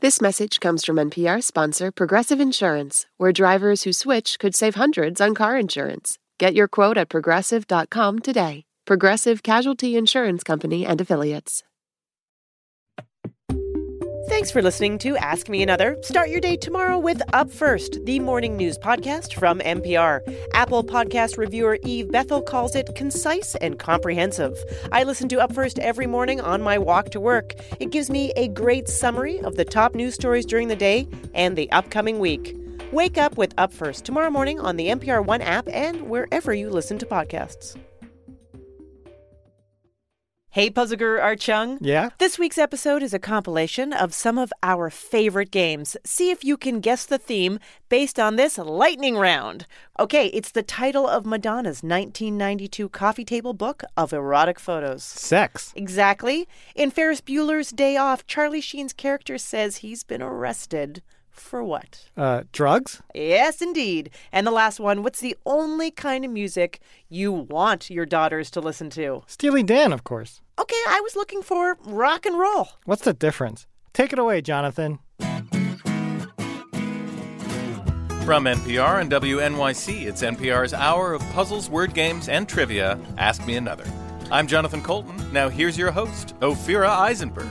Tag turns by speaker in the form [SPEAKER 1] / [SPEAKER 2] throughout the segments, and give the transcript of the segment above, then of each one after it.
[SPEAKER 1] This message comes from NPR sponsor Progressive Insurance, where drivers who switch could save hundreds on car insurance. Get your quote at progressive.com today. Progressive Casualty Insurance Company and affiliates.
[SPEAKER 2] Thanks for listening to Ask Me Another. Start your day tomorrow with Up First, the morning news podcast from NPR. Apple podcast reviewer Eve Bethel calls it concise and comprehensive. I listen to Up First every morning on my walk to work. It gives me a great summary of the top news stories during the day and the upcoming week. Wake up with Up First tomorrow morning on the NPR One app and wherever you listen to podcasts. Hey, Puzzler Archung.
[SPEAKER 3] Yeah?
[SPEAKER 2] This week's episode is a compilation of some of our favorite games. See if you can guess the theme based on this lightning round. Okay, it's the title of Madonna's 1992 coffee table book of erotic photos.
[SPEAKER 3] Sex.
[SPEAKER 2] Exactly. In Ferris Bueller's Day Off, Charlie Sheen's character says he's been arrested. For what?
[SPEAKER 3] Uh, drugs?
[SPEAKER 2] Yes, indeed. And the last one what's the only kind of music you want your daughters to listen to?
[SPEAKER 3] Steely Dan, of course.
[SPEAKER 2] Okay, I was looking for rock and roll.
[SPEAKER 3] What's the difference? Take it away, Jonathan.
[SPEAKER 4] From NPR and WNYC, it's NPR's hour of puzzles, word games, and trivia. Ask me another. I'm Jonathan Colton. Now here's your host, Ophira Eisenberg.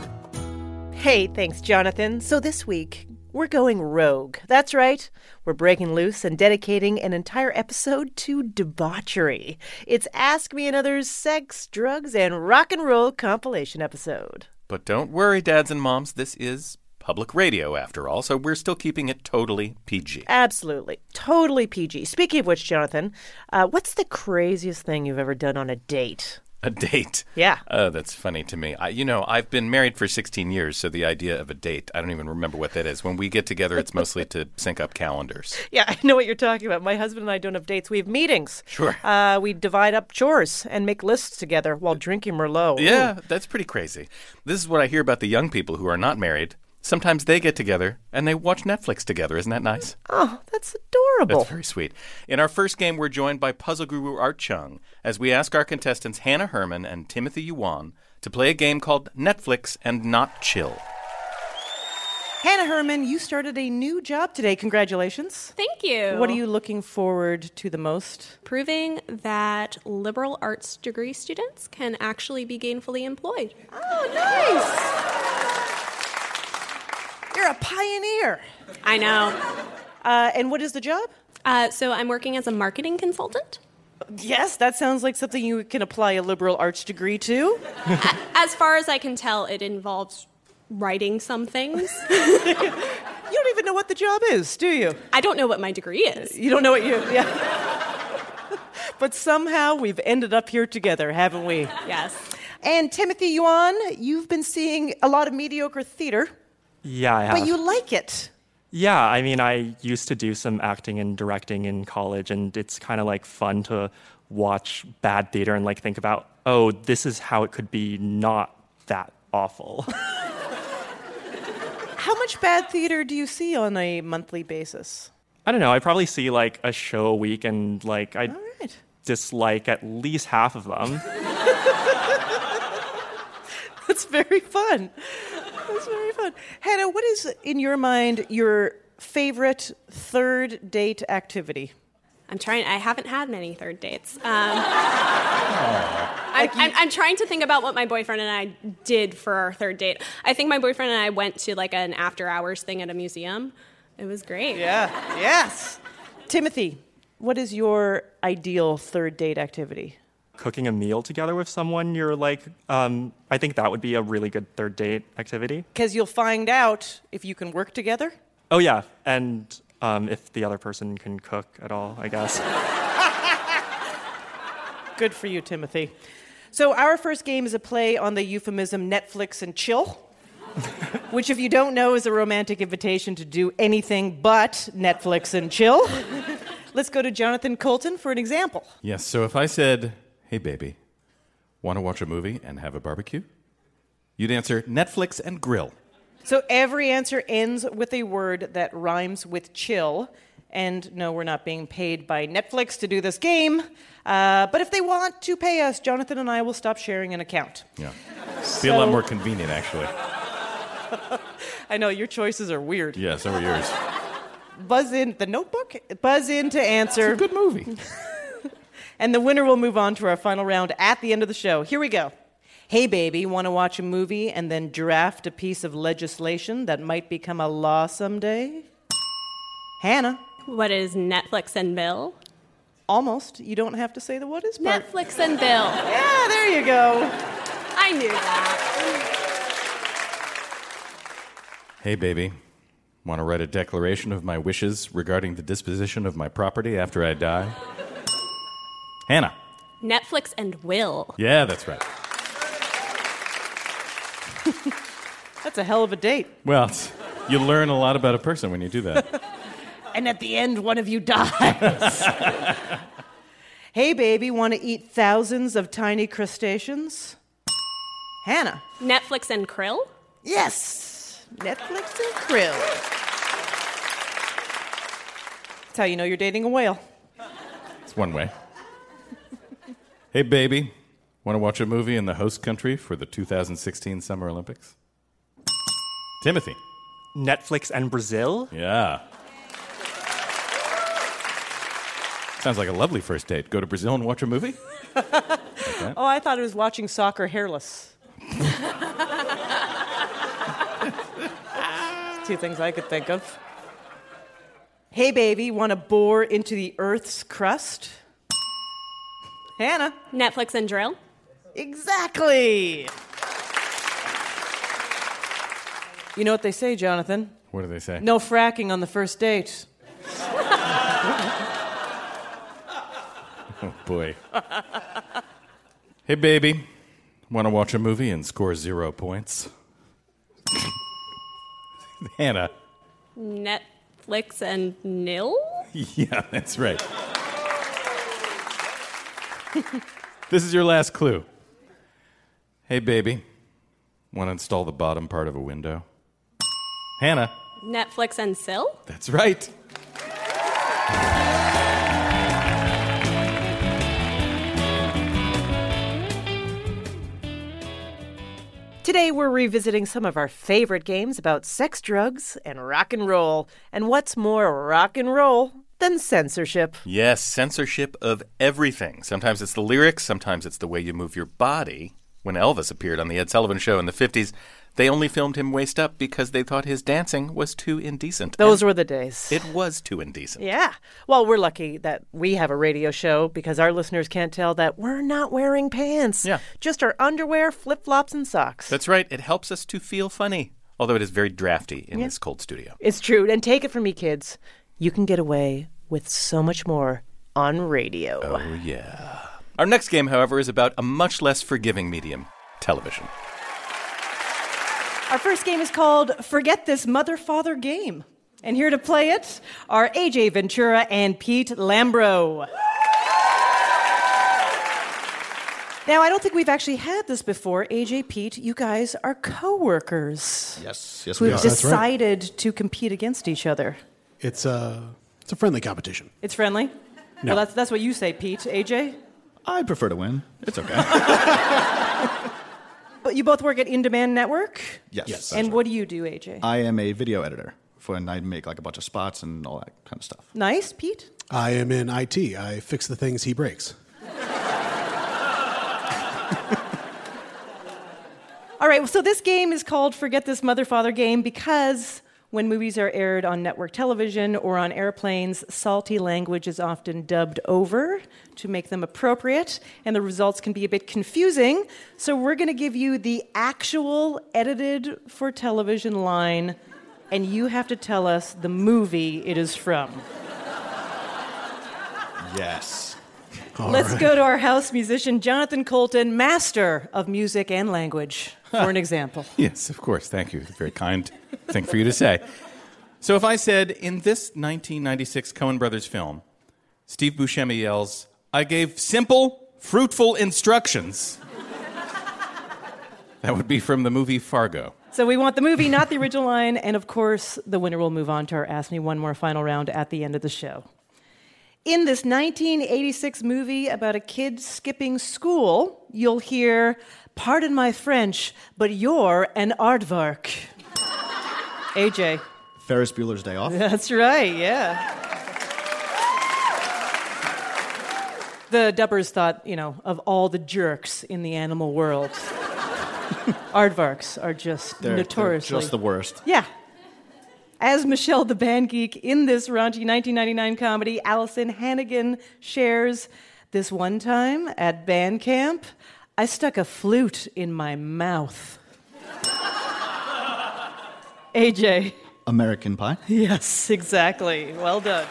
[SPEAKER 2] Hey, thanks, Jonathan. So this week, we're going rogue. That's right. We're breaking loose and dedicating an entire episode to debauchery. It's Ask Me Another's Sex, Drugs, and Rock and Roll compilation episode.
[SPEAKER 4] But don't worry, dads and moms, this is public radio after all, so we're still keeping it totally PG.
[SPEAKER 2] Absolutely. Totally PG. Speaking of which, Jonathan, uh, what's the craziest thing you've ever done on a date?
[SPEAKER 4] A date.
[SPEAKER 2] Yeah.
[SPEAKER 4] Oh, that's funny to me. I, you know, I've been married for 16 years, so the idea of a date, I don't even remember what that is. When we get together, it's mostly to sync up calendars.
[SPEAKER 2] Yeah, I know what you're talking about. My husband and I don't have dates. We have meetings.
[SPEAKER 4] Sure.
[SPEAKER 2] Uh, we divide up chores and make lists together while drinking Merlot.
[SPEAKER 4] Yeah, that's pretty crazy. This is what I hear about the young people who are not married. Sometimes they get together and they watch Netflix together. Isn't that nice?
[SPEAKER 2] Oh, that's adorable.
[SPEAKER 4] That's very sweet. In our first game, we're joined by puzzle guru Art Chung as we ask our contestants Hannah Herman and Timothy Yuan to play a game called Netflix and Not Chill.
[SPEAKER 2] Hannah Herman, you started a new job today. Congratulations.
[SPEAKER 5] Thank you.
[SPEAKER 2] What are you looking forward to the most?
[SPEAKER 5] proving that liberal arts degree students can actually be gainfully employed?
[SPEAKER 2] Oh, nice. You're a pioneer.
[SPEAKER 5] I know.
[SPEAKER 2] Uh, and what is the job?
[SPEAKER 5] Uh, so I'm working as a marketing consultant.
[SPEAKER 2] Yes, that sounds like something you can apply a liberal arts degree to.
[SPEAKER 5] As far as I can tell, it involves writing some things.
[SPEAKER 2] You don't even know what the job is, do you?
[SPEAKER 5] I don't know what my degree is.
[SPEAKER 2] You don't know what you. Yeah. but somehow we've ended up here together, haven't we?
[SPEAKER 5] Yes.
[SPEAKER 2] And Timothy Yuan, you've been seeing a lot of mediocre theater,
[SPEAKER 6] Yeah, I have.
[SPEAKER 7] Uh.
[SPEAKER 2] but you like it.
[SPEAKER 6] yeah, I mean, I used to do some acting and directing in college, and it's kind of like fun to watch bad theater and like think about, oh, this is how it could be not that awful.
[SPEAKER 2] How much bad theater do you see on a monthly basis?
[SPEAKER 6] I don't know. I probably see like a show a week, and like I
[SPEAKER 2] All right.
[SPEAKER 6] dislike at least half of them.
[SPEAKER 2] That's very fun. That's very fun. Hannah, what is, in your mind, your favorite third date activity?
[SPEAKER 5] I'm trying. I haven't had many third dates. Um, I'm, I'm, I'm trying to think about what my boyfriend and I did for our third date. I think my boyfriend and I went to like an after hours thing at a museum. It was great.
[SPEAKER 2] Yeah, yes. Timothy, what is your ideal third date activity?
[SPEAKER 6] Cooking a meal together with someone, you're like, um, I think that would be a really good third date activity.
[SPEAKER 2] Because you'll find out if you can work together.
[SPEAKER 6] Oh yeah, and um, if the other person can cook at all, I guess.
[SPEAKER 2] Good for you, Timothy. So, our first game is a play on the euphemism Netflix and chill, which, if you don't know, is a romantic invitation to do anything but Netflix and chill. Let's go to Jonathan Colton for an example.
[SPEAKER 4] Yes, so if I said, hey, baby, want to watch a movie and have a barbecue? You'd answer Netflix and grill.
[SPEAKER 2] So, every answer ends with a word that rhymes with chill. And no, we're not being paid by Netflix to do this game. Uh, but if they want to pay us, Jonathan and I will stop sharing an account.
[SPEAKER 4] Yeah. Be a
[SPEAKER 2] So-
[SPEAKER 4] lot more convenient, actually.
[SPEAKER 6] I know your choices are weird.
[SPEAKER 4] Yeah, so are yours.
[SPEAKER 6] Buzz in the notebook. Buzz in to answer.
[SPEAKER 4] Good movie.
[SPEAKER 6] And the winner will move on to our final round at the end of the show. Here we go. Hey, baby, want to watch a movie and then draft a piece of legislation that might become a law someday? Hannah,
[SPEAKER 5] What is Netflix and Bill?
[SPEAKER 6] almost. You don't have to say the what is part.
[SPEAKER 5] Netflix and Bill.
[SPEAKER 6] Yeah, there you go.
[SPEAKER 5] I knew that.
[SPEAKER 4] Hey, baby. Want to write a declaration of my wishes regarding the disposition of my property after I die? Hannah.
[SPEAKER 5] Netflix and Will.
[SPEAKER 4] Yeah, that's right.
[SPEAKER 6] That's a hell of a date.
[SPEAKER 4] Well, it's- you learn a lot about a person when you do that.
[SPEAKER 6] And at the end, one of you dies. hey, baby, want to eat thousands of tiny crustaceans? Hannah.
[SPEAKER 5] Netflix and Krill?
[SPEAKER 6] Yes, Netflix and krill. That's how you know you're dating a whale.
[SPEAKER 4] It's one way. Hey, baby. Want to watch a movie in the host country for the 2016 Summer Olympics? Timothy.
[SPEAKER 3] Netflix and Brazil?
[SPEAKER 4] Yeah. Sounds like a lovely first date. Go to Brazil and watch a movie?
[SPEAKER 6] Oh, I thought it was watching soccer hairless. Two things I could think of. Hey, baby, want to bore into the Earth's crust? Hannah.
[SPEAKER 5] Netflix and Drill?
[SPEAKER 6] Exactly. You know what they say, Jonathan?
[SPEAKER 4] What do they say?
[SPEAKER 6] No fracking on the first date.
[SPEAKER 4] Oh, boy. hey, baby. Want to watch a movie and score zero points? Hannah.
[SPEAKER 5] Netflix and Nil?
[SPEAKER 4] Yeah, that's right. this is your last clue. Hey, baby. Want to install the bottom part of a window? Hannah.
[SPEAKER 5] Netflix and Sill?
[SPEAKER 4] That's right.
[SPEAKER 6] Today, we're revisiting some of our favorite games about sex, drugs, and rock and roll. And what's more rock and roll than censorship?
[SPEAKER 4] Yes, censorship of everything. Sometimes it's the lyrics, sometimes it's the way you move your body. When Elvis appeared on The Ed Sullivan Show in the 50s, they only filmed him waist up because they thought his dancing was too indecent.
[SPEAKER 6] Those were the days.
[SPEAKER 4] It was too indecent.
[SPEAKER 6] Yeah. Well, we're lucky that we have a radio show because our listeners can't tell that we're not wearing pants.
[SPEAKER 4] Yeah.
[SPEAKER 6] Just our underwear, flip flops, and socks.
[SPEAKER 4] That's right, it helps us to feel funny, although it is very drafty in this cold studio.
[SPEAKER 6] It's true. And take it from me, kids. You can get away with so much more on radio.
[SPEAKER 4] Oh, yeah. Our next game, however, is about a much less forgiving medium television.
[SPEAKER 2] Our first game is called Forget This Mother Father Game. And here to play it are AJ Ventura and Pete Lambro. Now, I don't think we've actually had this before. AJ, Pete, you guys are coworkers.
[SPEAKER 8] Yes, yes,
[SPEAKER 2] Who
[SPEAKER 8] we
[SPEAKER 2] have
[SPEAKER 8] are.
[SPEAKER 9] That's right.
[SPEAKER 2] decided to compete against each other.
[SPEAKER 9] It's a it's a friendly competition.
[SPEAKER 2] It's friendly? Well, that's, that's what you say, Pete. AJ?
[SPEAKER 8] I prefer to win. It's okay.
[SPEAKER 2] But you both work at In Demand Network.
[SPEAKER 9] Yes.
[SPEAKER 8] yes. yes.
[SPEAKER 2] and what do you do, AJ?
[SPEAKER 8] I am a video editor for, and I make like a bunch of spots and all that kind of stuff.
[SPEAKER 2] nice, Pete.
[SPEAKER 9] I am in IT. I fix the things he breaks.
[SPEAKER 2] All right, so this game is called Forget This Mother Father Game because when movies are aired on network television or on airplanes, salty language is often dubbed over to make them appropriate, and the results can be a bit confusing. So we're going to give you the actual edited for television line, and you have to tell us the movie it is from.
[SPEAKER 8] Yes.
[SPEAKER 9] All
[SPEAKER 2] Let's
[SPEAKER 9] right.
[SPEAKER 2] go to our house musician, Jonathan Colton, master of music and language, for an example.
[SPEAKER 4] Yes, of course. Thank you. Very kind thing for you to say. So if I said in this 1996 Coen Brothers film, Steve Buscemi yells, "I gave simple, fruitful instructions." that would be from the movie Fargo.
[SPEAKER 2] So we want the movie, not the original line. And of course, the winner will move on to our Ask Me One More final round at the end of the show. In this 1986 movie about a kid skipping school, you'll hear, Pardon my French, but you're an aardvark. AJ.
[SPEAKER 8] Ferris Bueller's Day Off.
[SPEAKER 2] That's right, yeah. The Dubbers thought, you know, of all the jerks in the animal world, aardvarks are just
[SPEAKER 8] They're- they're
[SPEAKER 2] notoriously.
[SPEAKER 8] just the worst.
[SPEAKER 2] Yeah. As Michelle the Band Geek in this raunchy 1999 comedy, Allison Hannigan shares this one time at band camp, I stuck a flute in my mouth. AJ.
[SPEAKER 8] American Pie.
[SPEAKER 2] Yes, exactly. Well done.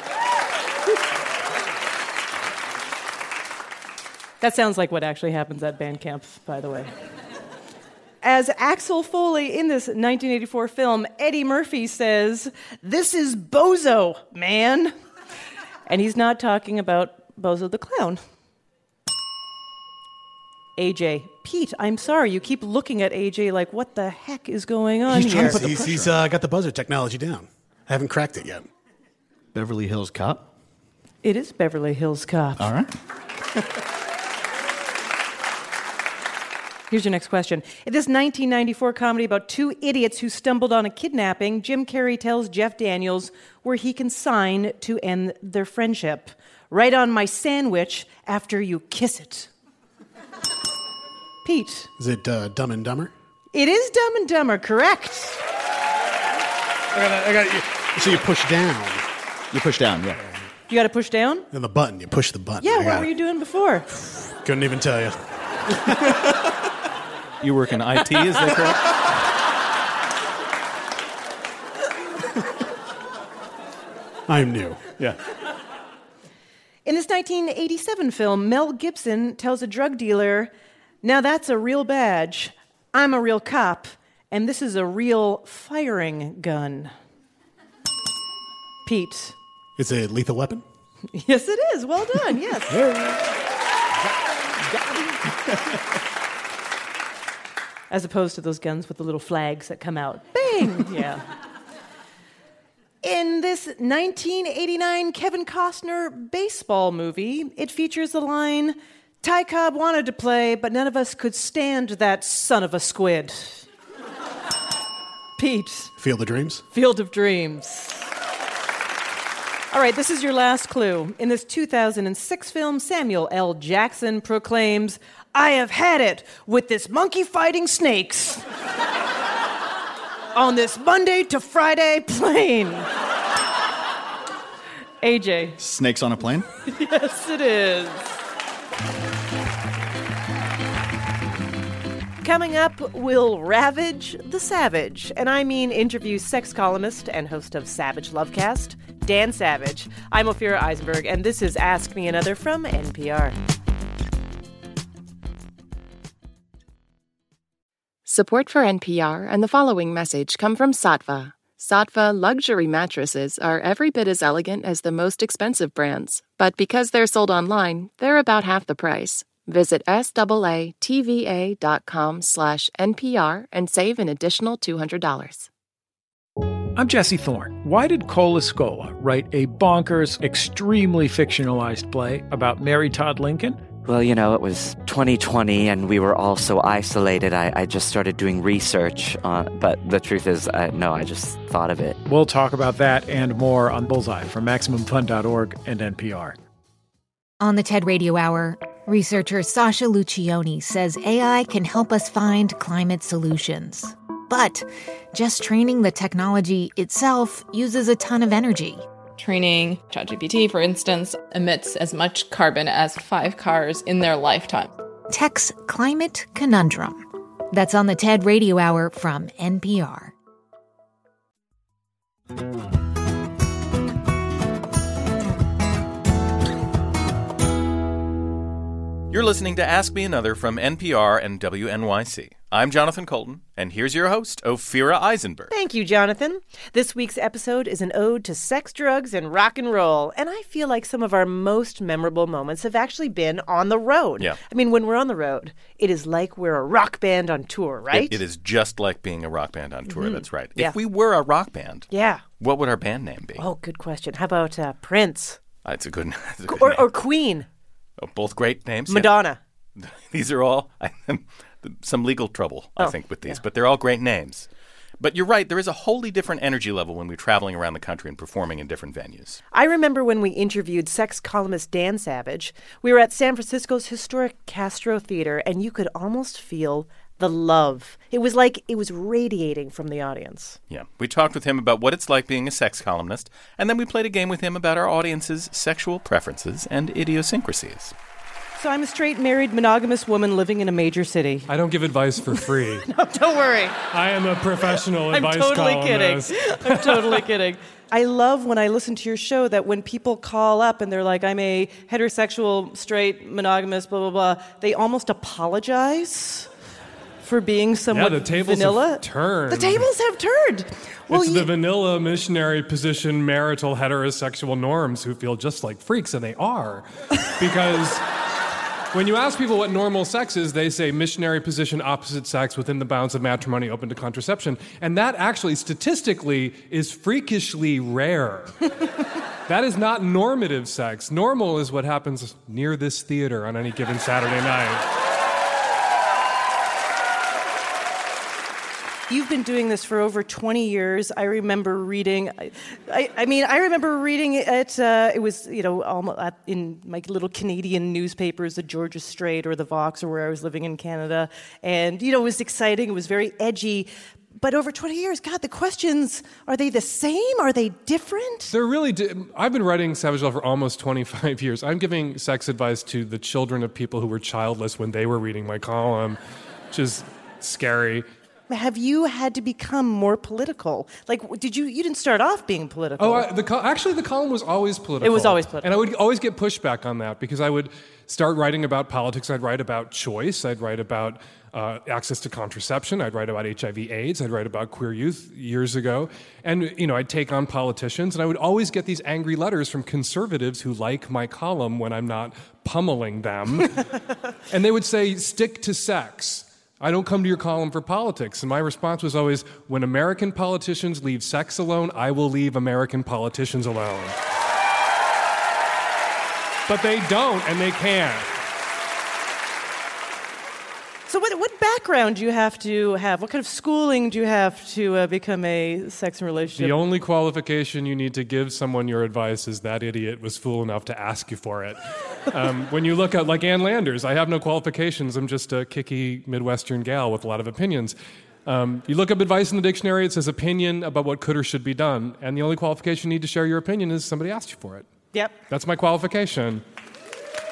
[SPEAKER 2] that sounds like what actually happens at band camp, by the way. As Axel Foley in this 1984 film, Eddie Murphy says, This is Bozo, man. And he's not talking about Bozo the Clown. AJ, Pete, I'm sorry. You keep looking at AJ like, what the heck is going on
[SPEAKER 9] He's
[SPEAKER 2] here?
[SPEAKER 9] trying to put the he's, he's uh, got the buzzer technology down. I haven't cracked it yet.
[SPEAKER 8] Beverly Hills Cop.
[SPEAKER 2] It is Beverly Hills Cop.
[SPEAKER 8] All right.
[SPEAKER 2] Here's your next question. In this 1994 comedy about two idiots who stumbled on a kidnapping, Jim Carrey tells Jeff Daniels where he can sign to end their friendship. Right on my sandwich after you kiss it. Pete,
[SPEAKER 9] Is it uh, Dumb and Dumber?
[SPEAKER 2] it is Dumb and Dumber, correct?
[SPEAKER 9] I got, I got you. So you push down
[SPEAKER 8] You push down. Yeah.
[SPEAKER 2] You got to push down?
[SPEAKER 9] and the button. You push the button. I
[SPEAKER 2] Yeah,
[SPEAKER 9] got
[SPEAKER 2] what were
[SPEAKER 9] it.
[SPEAKER 2] you doing before?
[SPEAKER 9] Couldn't even tell you.
[SPEAKER 4] You work in IT, is that correct?
[SPEAKER 9] I'm new.
[SPEAKER 2] In this 1987 film, Mel Gibson tells a drug dealer, Now that's a real badge. I'm a real cop. And this is a real firing gun. Pete.
[SPEAKER 9] It's a lethal weapon.
[SPEAKER 2] Yes, it is. Well done. Yes. As opposed to those guns with the little flags that come out. Bang! yeah. In this 1989 Kevin Costner baseball movie, it features the line Ty Cobb wanted to play, but none of us could stand that son of a squid. Pete.
[SPEAKER 9] Field of Dreams.
[SPEAKER 2] Field of Dreams. All right, this is your last clue. In this 2006 film, Samuel L. Jackson proclaims, I have had it with this monkey fighting snakes on this Monday to Friday plane. AJ.
[SPEAKER 8] Snakes on a plane.
[SPEAKER 2] Yes, it is. Coming up, we'll ravage the savage. And I mean interview sex columnist and host of Savage Lovecast, Dan Savage. I'm Ophira Eisenberg, and this is Ask Me Another from NPR.
[SPEAKER 1] Support for NPR and the following message come from Satva. Satva luxury mattresses are every bit as elegant as the most expensive brands, but because they're sold online, they're about half the price. Visit SAATVA.com slash NPR and save an additional $200.
[SPEAKER 10] I'm Jesse Thorne. Why did Cola Scola write a bonkers, extremely fictionalized play about Mary Todd Lincoln?
[SPEAKER 11] Well, you know, it was 2020 and we were all so isolated. I, I just started doing research. Uh, but the truth is, I, no, I just thought of it.
[SPEAKER 10] We'll talk about that and more on Bullseye from MaximumFun.org and NPR.
[SPEAKER 12] On the TED Radio Hour, researcher Sasha Lucioni says AI can help us find climate solutions. But just training the technology itself uses a ton of energy.
[SPEAKER 13] Training ChatGPT, for instance, emits as much carbon as five cars in their lifetime.
[SPEAKER 12] Tech's Climate Conundrum. That's on the TED Radio Hour from NPR.
[SPEAKER 4] You're listening to Ask Me Another from NPR and WNYC. I'm Jonathan Colton, and here's your host, Ophira Eisenberg.
[SPEAKER 2] Thank you, Jonathan. This week's episode is an ode to sex, drugs, and rock and roll. And I feel like some of our most memorable moments have actually been on the road.
[SPEAKER 4] Yeah.
[SPEAKER 2] I mean, when we're on the road, it is like we're a rock band on tour, right? Mm-hmm.
[SPEAKER 4] It, it is just like being a rock band on tour. That's right.
[SPEAKER 2] Yeah.
[SPEAKER 4] If we were a rock band,
[SPEAKER 2] Yeah.
[SPEAKER 4] what would our band name be?
[SPEAKER 2] Oh, good question. How about uh, Prince
[SPEAKER 4] That's a good, that's a good
[SPEAKER 2] or,
[SPEAKER 4] name.
[SPEAKER 2] or Queen,
[SPEAKER 4] Oh, both great names. yeah.
[SPEAKER 2] Madonna? Oh,
[SPEAKER 4] These are all some legal trouble, I think, with these, but they're all great names. But you're right, there is a wholly different energy level when we're traveling around the country and performing in different venues.
[SPEAKER 2] I remember when we interviewed sex columnist Dan Savage, we were at San Francisco's historic Castro Theater, and you could almost feel the love. It was like it was radiating from the audience.
[SPEAKER 4] Yeah. We talked with him about what it's like being a sex columnist, and then we played a game with him about our audience's sexual preferences and idiosyncrasies.
[SPEAKER 2] So I'm a straight, married, monogamous woman living in a major city.
[SPEAKER 14] I don't give advice for free.
[SPEAKER 2] Don't worry.
[SPEAKER 14] I am a professional
[SPEAKER 2] I'm
[SPEAKER 14] advice
[SPEAKER 2] totally kidding.
[SPEAKER 14] columnist.
[SPEAKER 2] I'm totally kidding. I love when I listen to your show that when people call up and they're like, I'm a heterosexual, straight, monogamous, blah, blah, blah, they almost apologize for being somewhat
[SPEAKER 14] the tables have
[SPEAKER 2] vanilla.
[SPEAKER 14] turned.
[SPEAKER 2] The tables have turned. Well,
[SPEAKER 14] it's
[SPEAKER 2] you-
[SPEAKER 14] the vanilla missionary position marital heterosexual norms who feel just like freaks, and they are. Because when you ask people what normal sex is, they say missionary position opposite sex within the bounds of matrimony open to contraception. And that actually, statistically, is freakishly rare. that is not normative sex. Normal is what happens near this theater on any given Saturday night.
[SPEAKER 2] You've been doing this for over 20 years. I remember reading, I, I, I mean, I remember reading it, uh, it was, you know, almost at, in my little Canadian newspapers, the Georgia Strait or the Vox or where I was living in Canada. And, you know, it was exciting, it was very edgy. But over 20 years, God, the questions are they the same? Are they different?
[SPEAKER 14] They're really. Di- I've been writing Savage Love for almost 25 years. I'm giving sex advice to the children of people who were childless when they were reading my column, which is scary.
[SPEAKER 2] Have you had to become more political? Like, w- did you, you didn't start off being political.
[SPEAKER 14] Oh, I, the col- actually, the column was always political.
[SPEAKER 2] It was always political.
[SPEAKER 14] And I would always get pushback on that because I would start writing about politics. I'd write about choice. I'd write about uh, access to contraception. I'd write about HIV/AIDS. I'd write about queer youth years ago. And you know, I'd take on politicians, and I would always get these angry letters from conservatives who like my column when I'm not pummeling them, and they would say, "Stick to sex." I don't come to your column for politics. And my response was always when American politicians leave sex alone, I will leave American politicians alone. But they don't, and they can't.
[SPEAKER 2] So, what, what background do you have to have? What kind of schooling do you have to uh, become a sex and relationship?
[SPEAKER 14] The only qualification you need to give someone your advice is that idiot was fool enough to ask you for it. Um, when you look at, like Ann Landers, I have no qualifications. I'm just a kicky Midwestern gal with a lot of opinions. Um, you look up advice in the dictionary, it says opinion about what could or should be done. And the only qualification you need to share your opinion is somebody asked you for it.
[SPEAKER 2] Yep.
[SPEAKER 14] That's my qualification.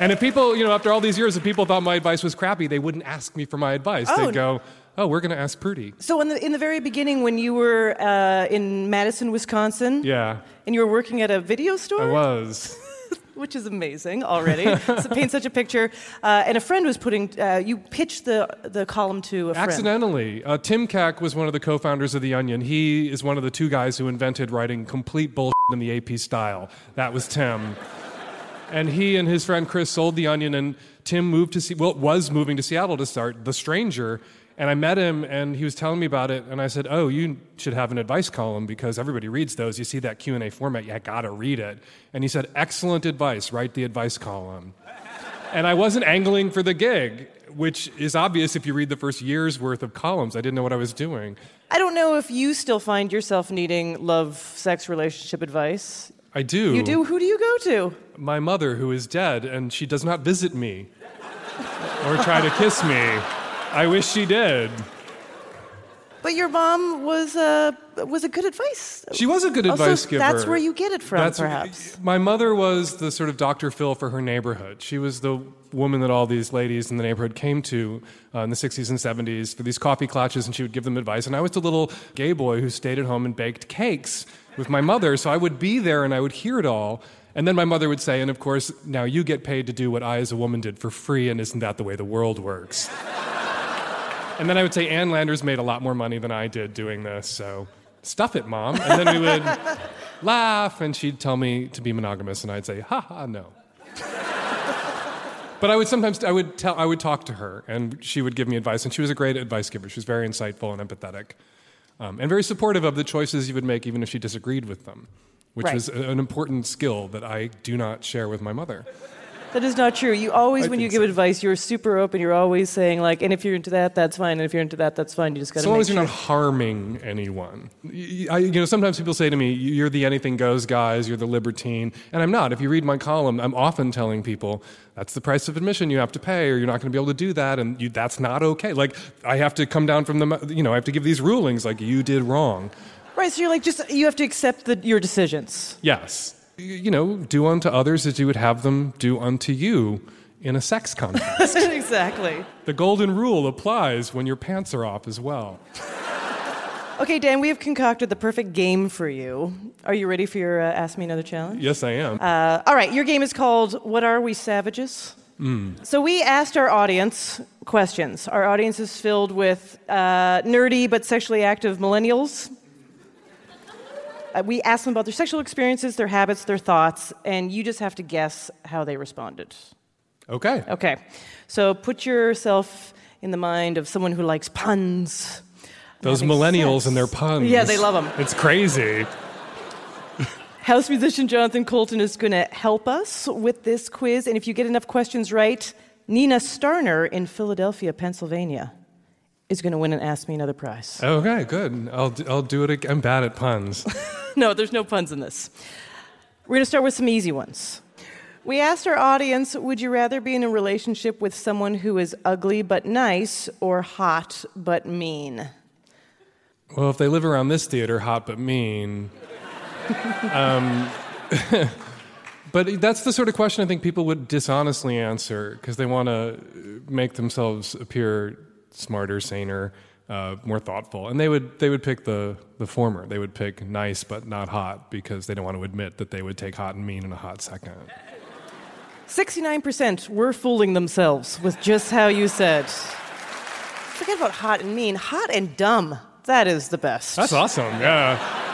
[SPEAKER 14] And if people, you know, after all these years, if people thought my advice was crappy, they wouldn't ask me for my advice.
[SPEAKER 2] Oh,
[SPEAKER 14] They'd go, oh, we're going to ask Prudy.
[SPEAKER 2] So, in the, in the very beginning, when you were uh, in Madison, Wisconsin,
[SPEAKER 14] Yeah,
[SPEAKER 2] and you were working at a video store,
[SPEAKER 14] I was.
[SPEAKER 2] which is amazing already, so paint such a picture, uh, and a friend was putting, uh, you pitched the, the column to a friend.
[SPEAKER 14] Accidentally. Uh, Tim Kack was one of the co founders of The Onion. He is one of the two guys who invented writing complete bullshit in the AP style. That was Tim. and he and his friend Chris sold The Onion, and Tim moved to, Se- well, was moving to Seattle to start The Stranger. And I met him, and he was telling me about it. And I said, "Oh, you should have an advice column because everybody reads those. You see that Q and A format. You gotta read it." And he said, "Excellent advice. Write the advice column." and I wasn't angling for the gig, which is obvious if you read the first year's worth of columns. I didn't know what I was doing.
[SPEAKER 2] I don't know if you still find yourself needing love, sex, relationship advice.
[SPEAKER 14] I do.
[SPEAKER 2] You do? Who do you go to?
[SPEAKER 14] My mother, who is dead, and she does not visit me or try to kiss me. I wish she did.
[SPEAKER 2] But your mom was a was a good advice.
[SPEAKER 14] She was a good
[SPEAKER 2] Also,
[SPEAKER 14] advice giver.
[SPEAKER 2] That's where you get it from,
[SPEAKER 14] That's-
[SPEAKER 2] perhaps.
[SPEAKER 14] My mother was the sort of Dr. Phil for her neighborhood. She was the woman that all these ladies in the neighborhood came to uh, in the 60s and 70s for these coffee clutches, and she would give them advice. And I was the little gay boy who stayed at home and baked cakes with my mother, so I would be there and I would hear it all. And then my mother would say, and of course, now you get paid to do what I as a woman did for free, and isn't that the way the world works? And then I would say, Ann Landers made a lot more money than I did doing this, so stuff it, mom. And then we would laugh, and she'd tell me to be monogamous, and I'd say, ha ha, no. but I would sometimes, I would tell, I would talk to her, and she would give me advice, and she was a great advice giver. She was very insightful and empathetic, um, and very supportive of the choices you would make, even if she disagreed with them, which
[SPEAKER 2] Right.
[SPEAKER 14] was a- an important skill that I do not share with my mother.
[SPEAKER 2] That is not true. You always,
[SPEAKER 14] I
[SPEAKER 2] when you
[SPEAKER 14] think
[SPEAKER 2] give advice, you're super open. You're always saying like, and if you're into that, that's fine. And if you're into that, that's fine. You just got
[SPEAKER 14] So
[SPEAKER 2] to
[SPEAKER 14] long
[SPEAKER 2] make
[SPEAKER 14] as
[SPEAKER 2] sure.
[SPEAKER 14] you're not harming anyone. Y- y- I- you know, sometimes people say to me, "You're the anything goes guys. You're the libertine," and I'm not. If you read my column, I'm often telling people that's the price of admission you have to pay, or you're not going to be able to do that, and you, that's not okay. Like I have to come down from the, mo- you know, I have to give these rulings like you did wrong.
[SPEAKER 2] right. So you're like, just you have to accept the, your decisions.
[SPEAKER 14] Yes, Y- you know, do unto others as you would have them do unto you in a sex context.
[SPEAKER 2] exactly.
[SPEAKER 14] the golden rule applies when your pants are off as well.
[SPEAKER 2] Okay, Dan, we have concocted the perfect game for you. Are you ready for your uh, Ask Me Another challenge?
[SPEAKER 14] Yes, I am.
[SPEAKER 2] Uh, all right, your game is called What Are We Savages?
[SPEAKER 14] Mm.
[SPEAKER 2] So we asked our audience questions. Our audience is filled with uh, nerdy but sexually active millennials. Uh, we asked them about their sexual experiences, their habits, their thoughts, and you just have to guess how they responded.
[SPEAKER 14] Okay.
[SPEAKER 2] Okay. So put yourself in the mind of someone who likes puns.
[SPEAKER 14] Those
[SPEAKER 2] Having
[SPEAKER 14] millennials
[SPEAKER 2] sex.
[SPEAKER 14] and their puns.
[SPEAKER 2] Yeah, they love 'em.
[SPEAKER 14] It's crazy.
[SPEAKER 2] House musician Jonathan Colton is going to help us with this quiz. And if you get enough questions right, Nina Starner in Philadelphia, Pennsylvania is going to win an Ask Me Another prize.
[SPEAKER 14] Okay, good. I'll, d- I'll do it again. I'm bad at puns.
[SPEAKER 2] no, there's no puns in this. We're going to start with some easy ones. We asked our audience would you rather be in a relationship with someone who is ugly but nice or hot but mean?
[SPEAKER 14] Well, if they live around this theater, hot but mean. um, but that's the sort of question I think people would dishonestly answer because they want to make themselves appear smarter, saner, uh, more thoughtful. And they would, they would pick the, the former. They would pick nice but not hot because they don't want to admit that they would take hot and mean in a hot second.
[SPEAKER 2] 69% were fooling themselves with just how you said. Forget about hot and mean, hot and dumb. That is the best.
[SPEAKER 14] That's awesome. Yeah.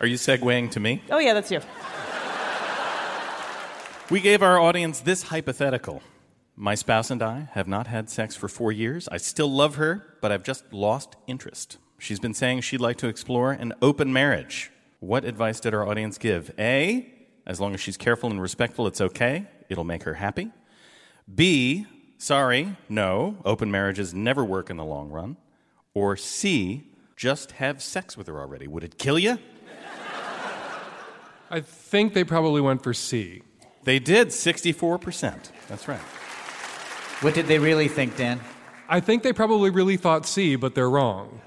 [SPEAKER 4] Are you segueing to me?
[SPEAKER 2] Oh, yeah, that's you.
[SPEAKER 4] We gave our audience this hypothetical. My spouse and I have not had sex for four years. I still love her, but I've just lost interest. She's been saying she'd like to explore an open marriage. What advice did our audience give? A, as long as she's careful and respectful, it's okay, it'll make her happy. B, sorry, no, open marriages never work in the long run. Or C, just have sex with her already. Would it kill you?
[SPEAKER 14] I think they probably went for C.
[SPEAKER 4] They did, 64%. That's right.
[SPEAKER 15] What did they really think, Dan?
[SPEAKER 14] I think they probably really thought C, but they're wrong.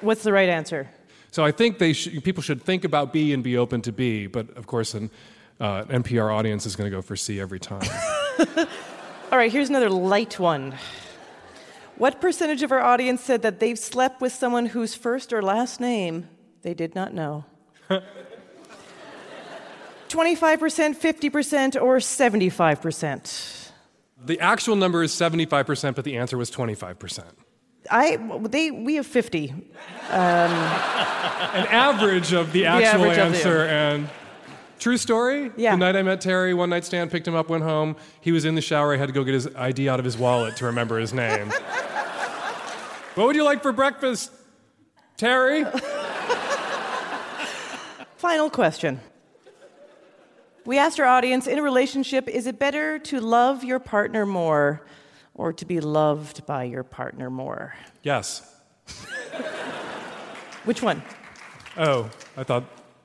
[SPEAKER 2] What's the right answer?
[SPEAKER 14] So I think they sh- people should think about B and be open to B, but of course, an uh, NPR audience is going to go for C every time.
[SPEAKER 2] All right, here's another light one. What percentage of our audience said that they've slept with someone whose first or last name they did not know? 25%, 50%, or 75%?
[SPEAKER 14] the actual number is 75%, but the answer was 25%.
[SPEAKER 2] I, they, we have 50. Um,
[SPEAKER 14] An average of the
[SPEAKER 2] The
[SPEAKER 14] actual
[SPEAKER 2] average of the-
[SPEAKER 14] answer and. True story. Yeah. The night I met Terry, one night stand, picked him up, went home. He was in the shower. I had to go get his ID out of his wallet to remember his name. what would you like for breakfast, Terry?
[SPEAKER 2] Final question. We asked our audience in a relationship, is it better to love your partner more or to be loved by your partner more?
[SPEAKER 14] Yes.
[SPEAKER 2] Which one?
[SPEAKER 14] Oh, I thought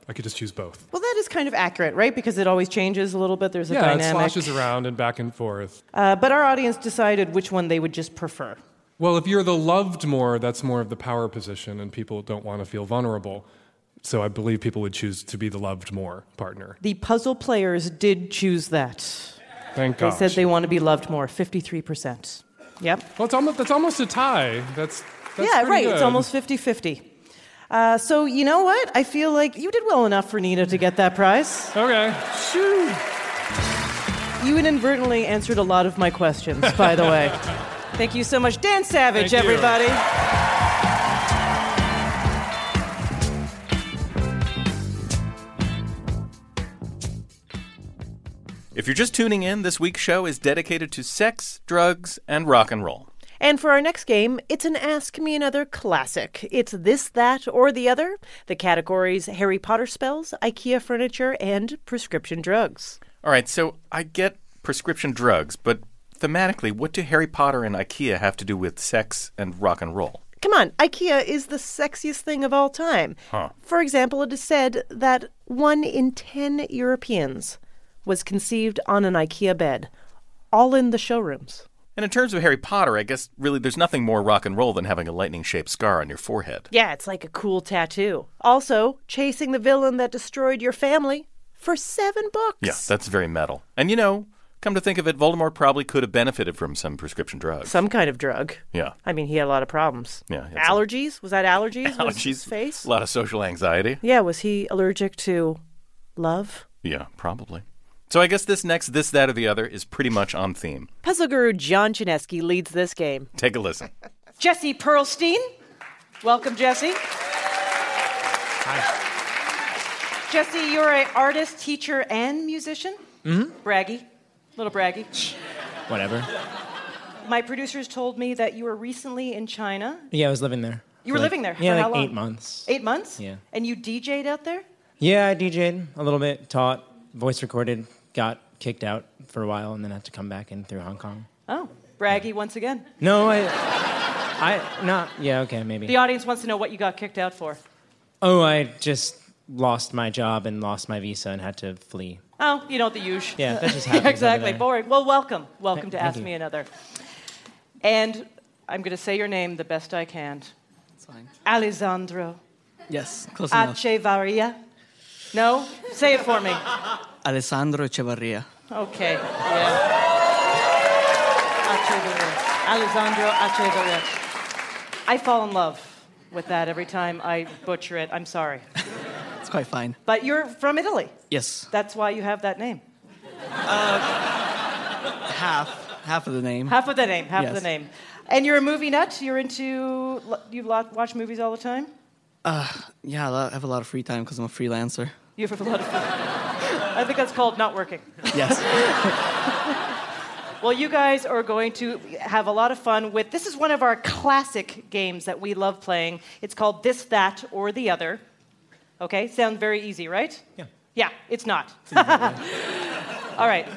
[SPEAKER 14] I could just choose both.
[SPEAKER 2] Well, that is kind of accurate, right? Because it always changes a little bit. There's a
[SPEAKER 14] yeah, it
[SPEAKER 2] dynamic.
[SPEAKER 14] sloshes around and back and forth.
[SPEAKER 2] Uh, but our audience decided which one they would just prefer.
[SPEAKER 14] Well, if you're the loved more, that's more of the power position, and people don't want to feel vulnerable. So I believe people would choose to be the loved more partner.
[SPEAKER 2] The puzzle players did choose that.
[SPEAKER 14] Thank
[SPEAKER 2] They
[SPEAKER 14] God.
[SPEAKER 2] said they want to be loved more, 53%. Yep.
[SPEAKER 14] Well, it's almost, that's almost a tie. That's, that's
[SPEAKER 2] yeah,
[SPEAKER 14] pretty
[SPEAKER 2] right. It's
[SPEAKER 14] good.
[SPEAKER 2] almost 50 50. Uh, so, you know what? I feel like you did well enough for Nina to get that prize.
[SPEAKER 14] Okay.
[SPEAKER 2] Shoo. You inadvertently answered a lot of my questions, by the way. Thank you so much, Dan Savage,
[SPEAKER 16] Thank you.
[SPEAKER 2] everybody.
[SPEAKER 4] If you're just tuning in, this week's show is dedicated to sex, drugs, and rock and roll.
[SPEAKER 6] And for our next game, it's an Ask Me Another classic. It's this, that, or the other. The categories Harry Potter spells, IKEA furniture, and prescription drugs.
[SPEAKER 4] All right, so I get prescription drugs, but thematically, what do Harry Potter and IKEA have to do with sex and rock and roll?
[SPEAKER 6] Come on, IKEA is the sexiest thing of all time.
[SPEAKER 4] Huh.
[SPEAKER 6] For example, it is said that one in 10 Europeans was conceived on an IKEA bed, all in the showrooms.
[SPEAKER 4] And in terms of Harry Potter, I guess really there's nothing more rock and roll than having a lightning shaped scar on your forehead.
[SPEAKER 6] Yeah, it's like a cool tattoo. Also, chasing the villain that destroyed your family for seven books.
[SPEAKER 4] Yeah, that's very metal. And you know, come to think of it, Voldemort probably could have benefited from some prescription drugs.
[SPEAKER 6] Some kind of drug.
[SPEAKER 4] Yeah.
[SPEAKER 6] I mean, he had a lot of problems.
[SPEAKER 4] Yeah. it's
[SPEAKER 6] Allergies? Was that allergies?
[SPEAKER 4] a-
[SPEAKER 6] Was his
[SPEAKER 4] allergies,
[SPEAKER 6] face?
[SPEAKER 4] A lot of social anxiety.
[SPEAKER 6] Yeah, was he allergic to love?
[SPEAKER 4] Yeah, probably. So I guess this next, this, that, or the other is pretty much on theme.
[SPEAKER 6] Puzzle guru John Chinesky leads this game.
[SPEAKER 4] Take a listen.
[SPEAKER 2] Jesse Perlstein. Welcome, Jesse.
[SPEAKER 9] Hi.
[SPEAKER 2] Jesse, you're an artist, teacher, and musician.
[SPEAKER 9] Mm-hmm.
[SPEAKER 2] Braggy, little braggy.
[SPEAKER 16] Whatever.
[SPEAKER 2] My producers told me that you were recently in China.
[SPEAKER 16] Yeah, I was living there.
[SPEAKER 2] You
[SPEAKER 16] for
[SPEAKER 2] were
[SPEAKER 16] like-
[SPEAKER 2] living there
[SPEAKER 16] Yeah,
[SPEAKER 2] for
[SPEAKER 16] like
[SPEAKER 2] how long?
[SPEAKER 16] eight months.
[SPEAKER 2] Eight months?
[SPEAKER 16] Yeah.
[SPEAKER 2] And you DJ'd out there?
[SPEAKER 16] Yeah, I DJ'd a little bit, taught, voice recorded, got kicked out for a while, and then had to come back in through Hong Kong.
[SPEAKER 2] Oh, braggy once again.
[SPEAKER 16] No, I, I not. Yeah, okay, maybe.
[SPEAKER 2] The audience wants to know what you got kicked out for.
[SPEAKER 16] oh, I just lost my job and lost my visa and had to flee.
[SPEAKER 2] Oh, you know the usual.
[SPEAKER 16] Yeah, that just happens over
[SPEAKER 2] exactly.
[SPEAKER 16] there.
[SPEAKER 2] Boring. Well, welcome. Welcome to
[SPEAKER 16] thank
[SPEAKER 2] Ask
[SPEAKER 16] you.
[SPEAKER 2] Me Another. And I'm going to say your name the best I can. Alessandro.
[SPEAKER 17] Yes, close enough.
[SPEAKER 2] Achevarria. No? Say it for me.
[SPEAKER 17] Alessandro Echevarria.
[SPEAKER 2] Okay. Yeah. Achevarria. Alessandro Achevarria. I fall in love with that every time I butcher it. I'm sorry.
[SPEAKER 17] It's quite fine.
[SPEAKER 2] But you're from Italy.
[SPEAKER 17] Yes,
[SPEAKER 2] That's why you have that name.
[SPEAKER 17] half half of the name.
[SPEAKER 2] Half of the name. Half of
[SPEAKER 17] Yes.
[SPEAKER 2] the name. And you're a movie nut. You're into you lot- watch movies all the time.
[SPEAKER 17] Uh, yeah, a lot- I have a lot of free time because I'm a freelancer.
[SPEAKER 2] You have a lot of. I think that's called not working.
[SPEAKER 17] Yes.
[SPEAKER 2] Well, you guys are going to have a lot of fun with this is one of our classic games that we love playing. It's called This, That, or the Other. Okay, sounds very easy, right? Yeah. Yeah, it's not. All right,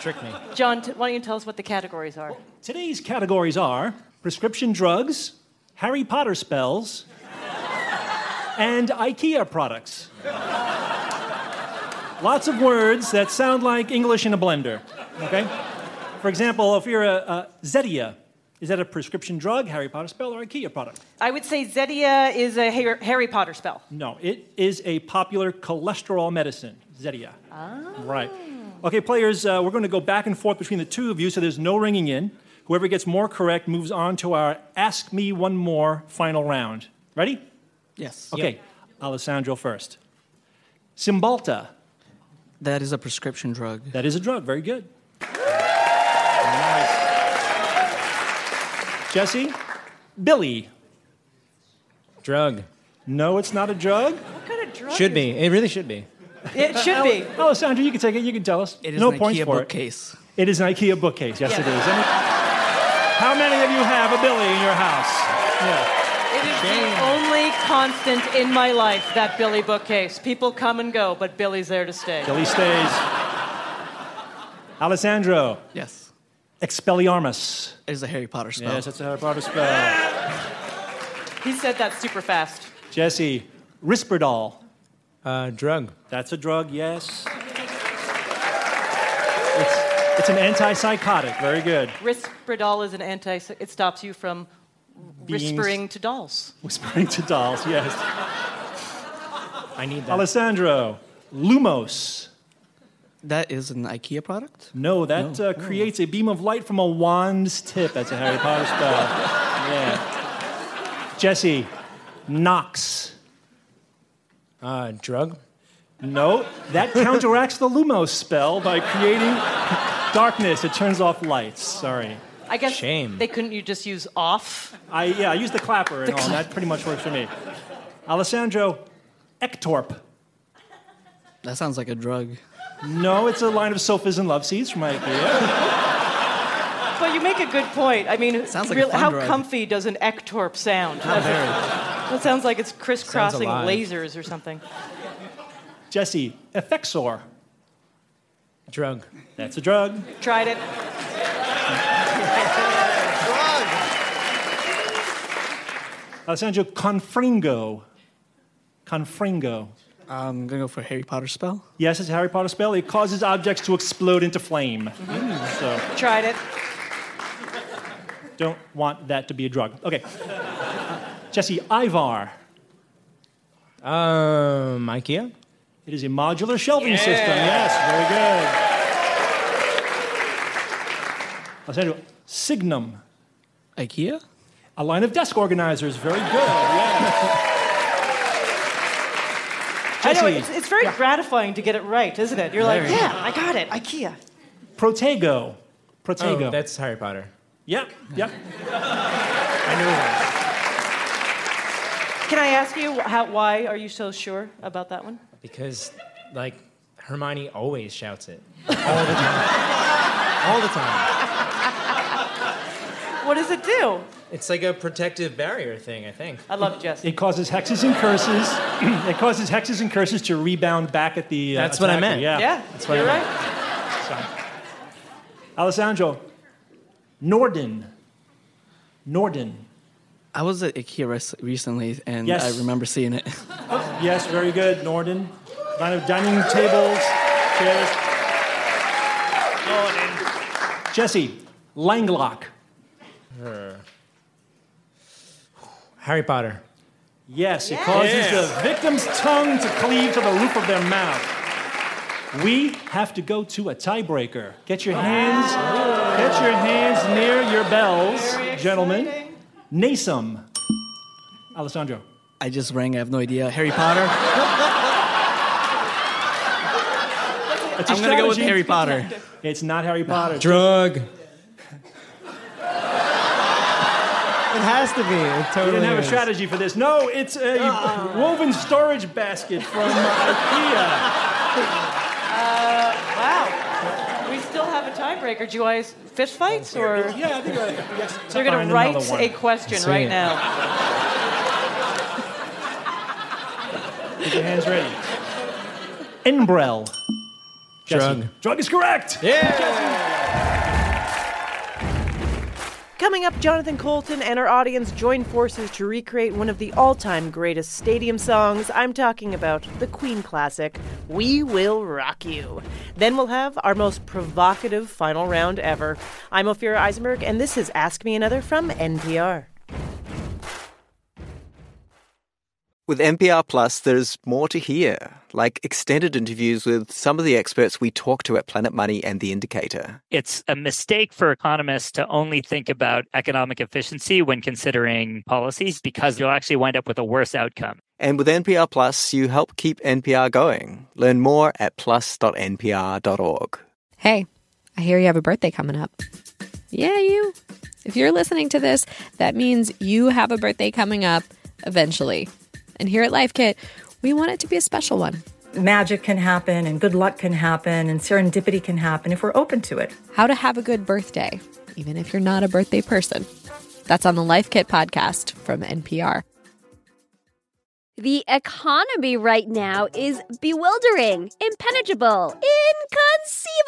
[SPEAKER 7] Trick me.
[SPEAKER 2] John, t- why don't you tell us what the categories are?
[SPEAKER 7] Today's categories are prescription drugs, Harry Potter spells, and IKEA products. Lots of words that sound like English in a blender. Okay? For example, if you're a, a Zetia, is that a prescription drug, Harry Potter spell, or IKEA product?
[SPEAKER 2] I would say Zetia is a Har- Harry Potter spell.
[SPEAKER 7] No, it is a popular cholesterol medicine, Zetia. Right. Okay, players, uh, we're going to go back and forth between the two of you, so there's no ringing in. Whoever gets more correct moves on to our Ask Me One More final round. Ready?
[SPEAKER 17] Yes.
[SPEAKER 7] Okay, Alessandro first. Cymbalta.
[SPEAKER 17] That is a prescription drug.
[SPEAKER 7] That is a drug. Very good. Nice. Jesse? Billy.
[SPEAKER 16] Drug.
[SPEAKER 7] No, it's not a drug.
[SPEAKER 2] What kind of drug?
[SPEAKER 16] Should be. It really should be.
[SPEAKER 2] It should be.
[SPEAKER 7] Alessandro, you can take it. You can tell us.
[SPEAKER 17] It is
[SPEAKER 7] no
[SPEAKER 17] an
[SPEAKER 7] points
[SPEAKER 17] IKEA
[SPEAKER 7] for
[SPEAKER 17] bookcase.
[SPEAKER 7] It. it is an IKEA bookcase. Yes, it is. Any- How many of you have a Billy in your house?
[SPEAKER 2] It is the only constant in my life, that Billy bookcase. People come and go, but Billy's there to stay.
[SPEAKER 7] Billy stays. Alessandro.
[SPEAKER 17] Yes.
[SPEAKER 7] Expelliarmus.
[SPEAKER 17] It is a Harry Potter spell.
[SPEAKER 7] Yes, that's a Harry Potter spell.
[SPEAKER 2] He said that super fast.
[SPEAKER 7] Jesse. Risperdal.
[SPEAKER 16] Uh, drug.
[SPEAKER 7] That's a drug, yes. It's, it's an antipsychotic. Very good.
[SPEAKER 2] Risperdal is an anti. It stops you from
[SPEAKER 7] Beings-
[SPEAKER 2] whispering to dolls.
[SPEAKER 7] Whispering to dolls, yes.
[SPEAKER 16] I need that.
[SPEAKER 7] Alessandro. Lumos.
[SPEAKER 17] That is an IKEA product.
[SPEAKER 7] No, that
[SPEAKER 17] No.
[SPEAKER 7] Uh, creates a beam of light from a wand's tip. That's a Harry Potter spell. yeah. Jesse, Knox.
[SPEAKER 16] Uh, drug?
[SPEAKER 7] No, that counteracts the Lumos spell by creating darkness. It turns off lights. Sorry.
[SPEAKER 2] I guess
[SPEAKER 7] Shame.
[SPEAKER 2] they couldn't. You just use off.
[SPEAKER 7] I yeah, I use the clapper and
[SPEAKER 2] The
[SPEAKER 7] all. and
[SPEAKER 2] cla-
[SPEAKER 7] that pretty much works for me. Alessandro, Ectorp.
[SPEAKER 17] That sounds like a drug.
[SPEAKER 7] No, it's a line of sofas and loveseats from IKEA.
[SPEAKER 2] But you make a good point. I mean,
[SPEAKER 16] Sounds like a
[SPEAKER 2] real-
[SPEAKER 16] fun
[SPEAKER 2] how
[SPEAKER 16] drug.
[SPEAKER 2] comfy does an ectorp sound?
[SPEAKER 16] How
[SPEAKER 2] That's a- that sounds like it's crisscrossing
[SPEAKER 7] alive.
[SPEAKER 2] lasers or something.
[SPEAKER 7] Jesse, Effexor.
[SPEAKER 16] Drug.
[SPEAKER 7] That's a drug.
[SPEAKER 2] Tried it.
[SPEAKER 7] Alessandro, Confringo. Confringo.
[SPEAKER 17] I'm gonna go for Harry Potter spell.
[SPEAKER 7] Yes, it's a Harry Potter spell. It causes objects to explode into flame. So
[SPEAKER 2] Tried it.
[SPEAKER 7] don't want that to be a drug. Okay. Jesse, Ivar.
[SPEAKER 16] Um, IKEA.
[SPEAKER 7] It is a modular shelving system. Yes, very good. Alessandro, Signum.
[SPEAKER 17] IKEA?
[SPEAKER 7] A line of desk organizers. Very good. Yes.
[SPEAKER 2] I know
[SPEAKER 7] Jesse.
[SPEAKER 2] it's, it's very gratifying to get it right, isn't it? You're like,
[SPEAKER 7] Very.
[SPEAKER 2] yeah, I got it. IKEA.
[SPEAKER 7] Protego. Protego.
[SPEAKER 16] Oh, that's Harry Potter.
[SPEAKER 7] Yep, yep.
[SPEAKER 16] I knew that.
[SPEAKER 2] Can I ask you wh- how, why are you so sure about that one?
[SPEAKER 16] Because, like, Hermione always shouts it. All the time. All the time.
[SPEAKER 2] What does it do?
[SPEAKER 16] It's like a protective barrier thing, I think.
[SPEAKER 2] I love Jesse.
[SPEAKER 7] It causes hexes and curses. it causes hexes and curses to rebound back at the. Uh,
[SPEAKER 16] That's what I
[SPEAKER 7] attacker.
[SPEAKER 16] meant.
[SPEAKER 7] Yeah,
[SPEAKER 16] Yeah,
[SPEAKER 7] that's what
[SPEAKER 16] you're
[SPEAKER 7] I meant. So. Alessandro, Norden. Norden.
[SPEAKER 17] I was at IKEA res- recently, and
[SPEAKER 7] Yes.
[SPEAKER 17] I remember seeing it.
[SPEAKER 7] Yes, very good, Norden. Line of dining tables, chairs. Norden. Jesse, Langlock.
[SPEAKER 16] Harry Potter.
[SPEAKER 7] Yes, it causes
[SPEAKER 16] Yes.
[SPEAKER 7] the victim's tongue to cleave to the roof of their mouth. We have to go to a tiebreaker. Get your hands, get your hands near your bells, gentlemen. Nasum, Alessandro.
[SPEAKER 17] I just rang. I have no idea. Harry Potter.
[SPEAKER 7] It's
[SPEAKER 17] I'm gonna go with
[SPEAKER 7] astrology.
[SPEAKER 17] Harry Potter.
[SPEAKER 7] It's not Harry Potter.
[SPEAKER 16] Drug. it has to be. It
[SPEAKER 7] We
[SPEAKER 16] totally
[SPEAKER 7] didn't have a
[SPEAKER 16] is.
[SPEAKER 7] strategy for this. No, it's a
[SPEAKER 17] Ah.
[SPEAKER 7] woven storage basket from IKEA.
[SPEAKER 2] Wow. We still have a tiebreaker. Do you guys fist fights or?
[SPEAKER 7] Yeah, I think I, yes.
[SPEAKER 2] So you're going
[SPEAKER 7] Find
[SPEAKER 2] to
[SPEAKER 7] another
[SPEAKER 2] write
[SPEAKER 7] one.
[SPEAKER 2] a question
[SPEAKER 7] Sweet.
[SPEAKER 2] right now.
[SPEAKER 7] Get your hands ready. Enbrel. Drug. Drug is correct.
[SPEAKER 2] Coming up, Jonathan Colton and our audience join forces to recreate one of the all time greatest stadium songs. I'm talking about the Queen classic, We Will Rock You. Then we'll have our most provocative final round ever. I'm Ophira Eisenberg, and this is Ask Me Another from NPR.
[SPEAKER 18] With NPR Plus, there's more to hear, like extended interviews with some of the experts we talk to at Planet Money and The Indicator.
[SPEAKER 19] It's a mistake for economists to only think about economic efficiency when considering policies because you'll actually wind up with a worse outcome.
[SPEAKER 18] And with NPR Plus, you help keep NPR going. Learn more at plus.npr.org.
[SPEAKER 20] Hey, I hear you have a birthday coming up. Yeah, you. If you're listening to this, that means you have a birthday coming up eventually. And here at Life Kit, we want it to be a special one.
[SPEAKER 21] magic can happen and good luck can happen and serendipity can happen if we're open to it.
[SPEAKER 20] How to have a good birthday, even if you're not a birthday person. That's on the Life Kit podcast from NPR.
[SPEAKER 22] The economy right now is bewildering, impenetrable,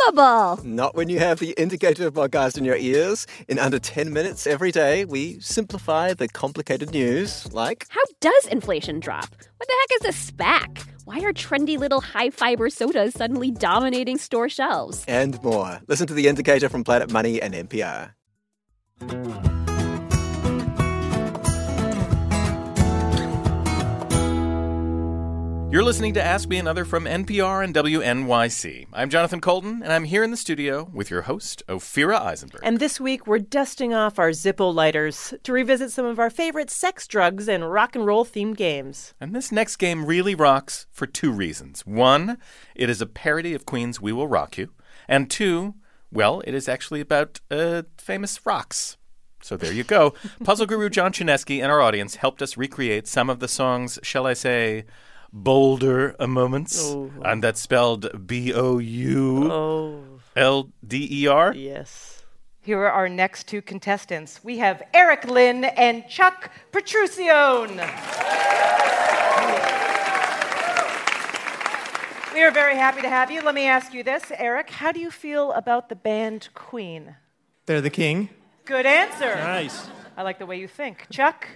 [SPEAKER 22] inconceivable.
[SPEAKER 18] Not when you have The Indicator podcast in your ears. In under 10 minutes every day, we simplify the complicated news, like
[SPEAKER 22] How does inflation drop? What the heck is a SPAC? Why are trendy little high fiber sodas suddenly dominating store shelves?
[SPEAKER 18] and more. Listen to The Indicator from Planet Money and NPR.
[SPEAKER 4] You're listening to Ask Me Another from NPR and WNYC. I'm Jonathan Colton, and I'm here in the studio with your host, Ophira Eisenberg.
[SPEAKER 2] And this week, we're dusting off our Zippo lighters to revisit some of our favorite sex, drugs, and rock and roll themed games.
[SPEAKER 4] And this next game really rocks for two reasons. One, it is a parody of Queen's We Will Rock You. And two, well, it is actually about uh, famous rocks. So there you go. Puzzle guru John Chinesky and our audience helped us recreate some of the song's, shall I say, bolder uh, moments.
[SPEAKER 2] Oh.
[SPEAKER 4] And that's spelled B O U L D E R?
[SPEAKER 2] Yes. Here are our next two contestants. We have Eric Lynn and Chuck Petruccione. We are very happy to have you. Let me ask you this, Eric. How do you feel about the band Queen?
[SPEAKER 6] They're the king.
[SPEAKER 2] Good answer.
[SPEAKER 6] Nice.
[SPEAKER 2] I like the way you think. Chuck,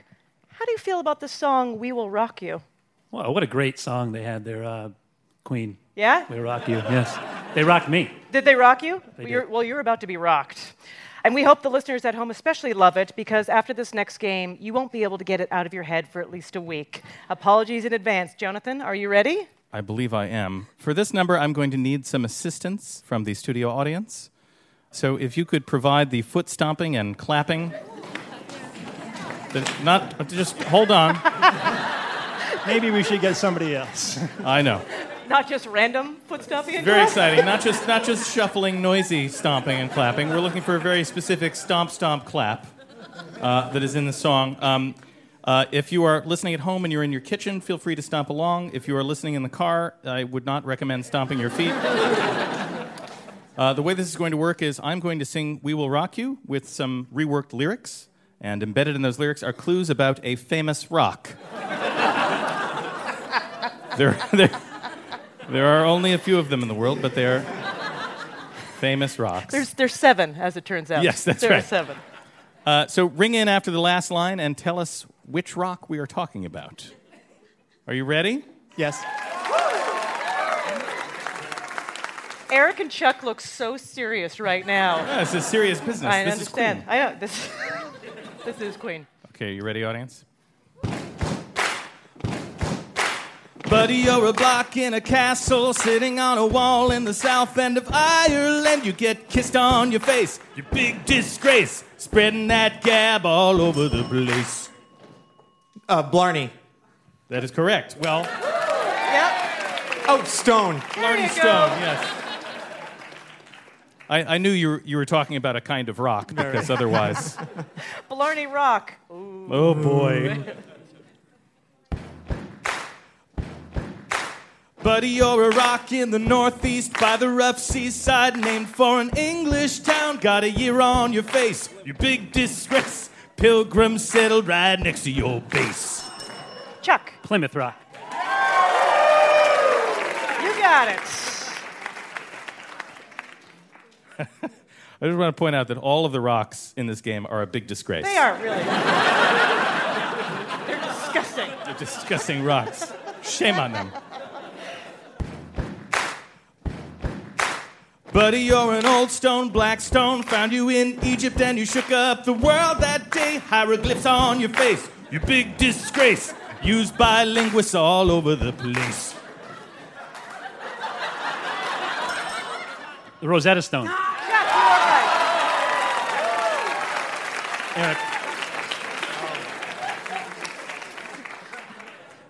[SPEAKER 2] how do you feel about the song We Will Rock You?
[SPEAKER 7] Wow, what a great song they had there, uh, Queen.
[SPEAKER 2] Yeah?
[SPEAKER 7] We Rock You, yes. They rocked me.
[SPEAKER 2] Did they rock you?
[SPEAKER 7] They
[SPEAKER 2] Well, you're, well, you're about to be rocked. And we hope the listeners at home especially love it because after this next game, you won't be able to get it out of your head for at least a week. Apologies in advance. Jonathan, are you ready?
[SPEAKER 15] I believe I am. For this number, I'm going to need some assistance from the studio audience. So if you could provide the foot stomping and clapping. The- not just hold on.
[SPEAKER 4] Maybe we should get somebody else.
[SPEAKER 15] I know.
[SPEAKER 2] Not just random foot stomping. and
[SPEAKER 15] Very
[SPEAKER 2] clap?
[SPEAKER 15] exciting. Not just not just shuffling, noisy stomping and clapping. We're looking for a very specific stomp, stomp, clap uh, that is in the song. Um, uh, if you are listening at home and you're in your kitchen, feel free to stomp along. If you are listening in the car, I would not recommend stomping your feet. Uh, the way this is going to work is I'm going to sing We Will Rock You with some reworked lyrics, and embedded in those lyrics are clues about a famous rock. there, there, there are only a few of them in the world, but they are famous rocks.
[SPEAKER 2] There's, there's seven, as it turns out.
[SPEAKER 15] Yes, that's
[SPEAKER 2] there There are
[SPEAKER 15] right.
[SPEAKER 2] seven.
[SPEAKER 15] Uh, so ring in after the last line and tell us which rock we are talking about. Are you ready?
[SPEAKER 4] Yes.
[SPEAKER 2] Eric and Chuck look so serious right now.
[SPEAKER 15] Yeah, Ah, this is serious business.
[SPEAKER 2] I
[SPEAKER 15] This is
[SPEAKER 2] understand. I know. This, this is Queen.
[SPEAKER 15] Okay, you ready, audience? Buddy, you're a block in a castle, sitting on a wall in the south end of Ireland. You get kissed on your face, you big disgrace, spreading that gab all over the place.
[SPEAKER 6] Uh, Blarney.
[SPEAKER 15] That is correct. Well,
[SPEAKER 6] Oh, Stone.
[SPEAKER 15] Blarney
[SPEAKER 6] you
[SPEAKER 15] Stone,
[SPEAKER 6] go.
[SPEAKER 15] yes. I, I knew you were, you were talking about a kind of rock because otherwise.
[SPEAKER 2] Blarney Rock.
[SPEAKER 15] Oh boy. Buddy, you're a rock in the northeast by the rough seaside, named for an English town. Got a year on your face, you big disgrace. Pilgrims settled right next to your base.
[SPEAKER 2] Chuck.
[SPEAKER 7] Plymouth Rock.
[SPEAKER 2] You got it.
[SPEAKER 15] I just want to point out that all of the rocks in this game are a big disgrace.
[SPEAKER 2] They are really. They're disgusting.
[SPEAKER 15] They're disgusting rocks. Shame on them. Buddy, you're an old stone, black stone. Found you in Egypt and you shook up the world that day. Hieroglyphs on your face, you big disgrace. Used by linguists all over the place.
[SPEAKER 7] The Rosetta Stone. Eric.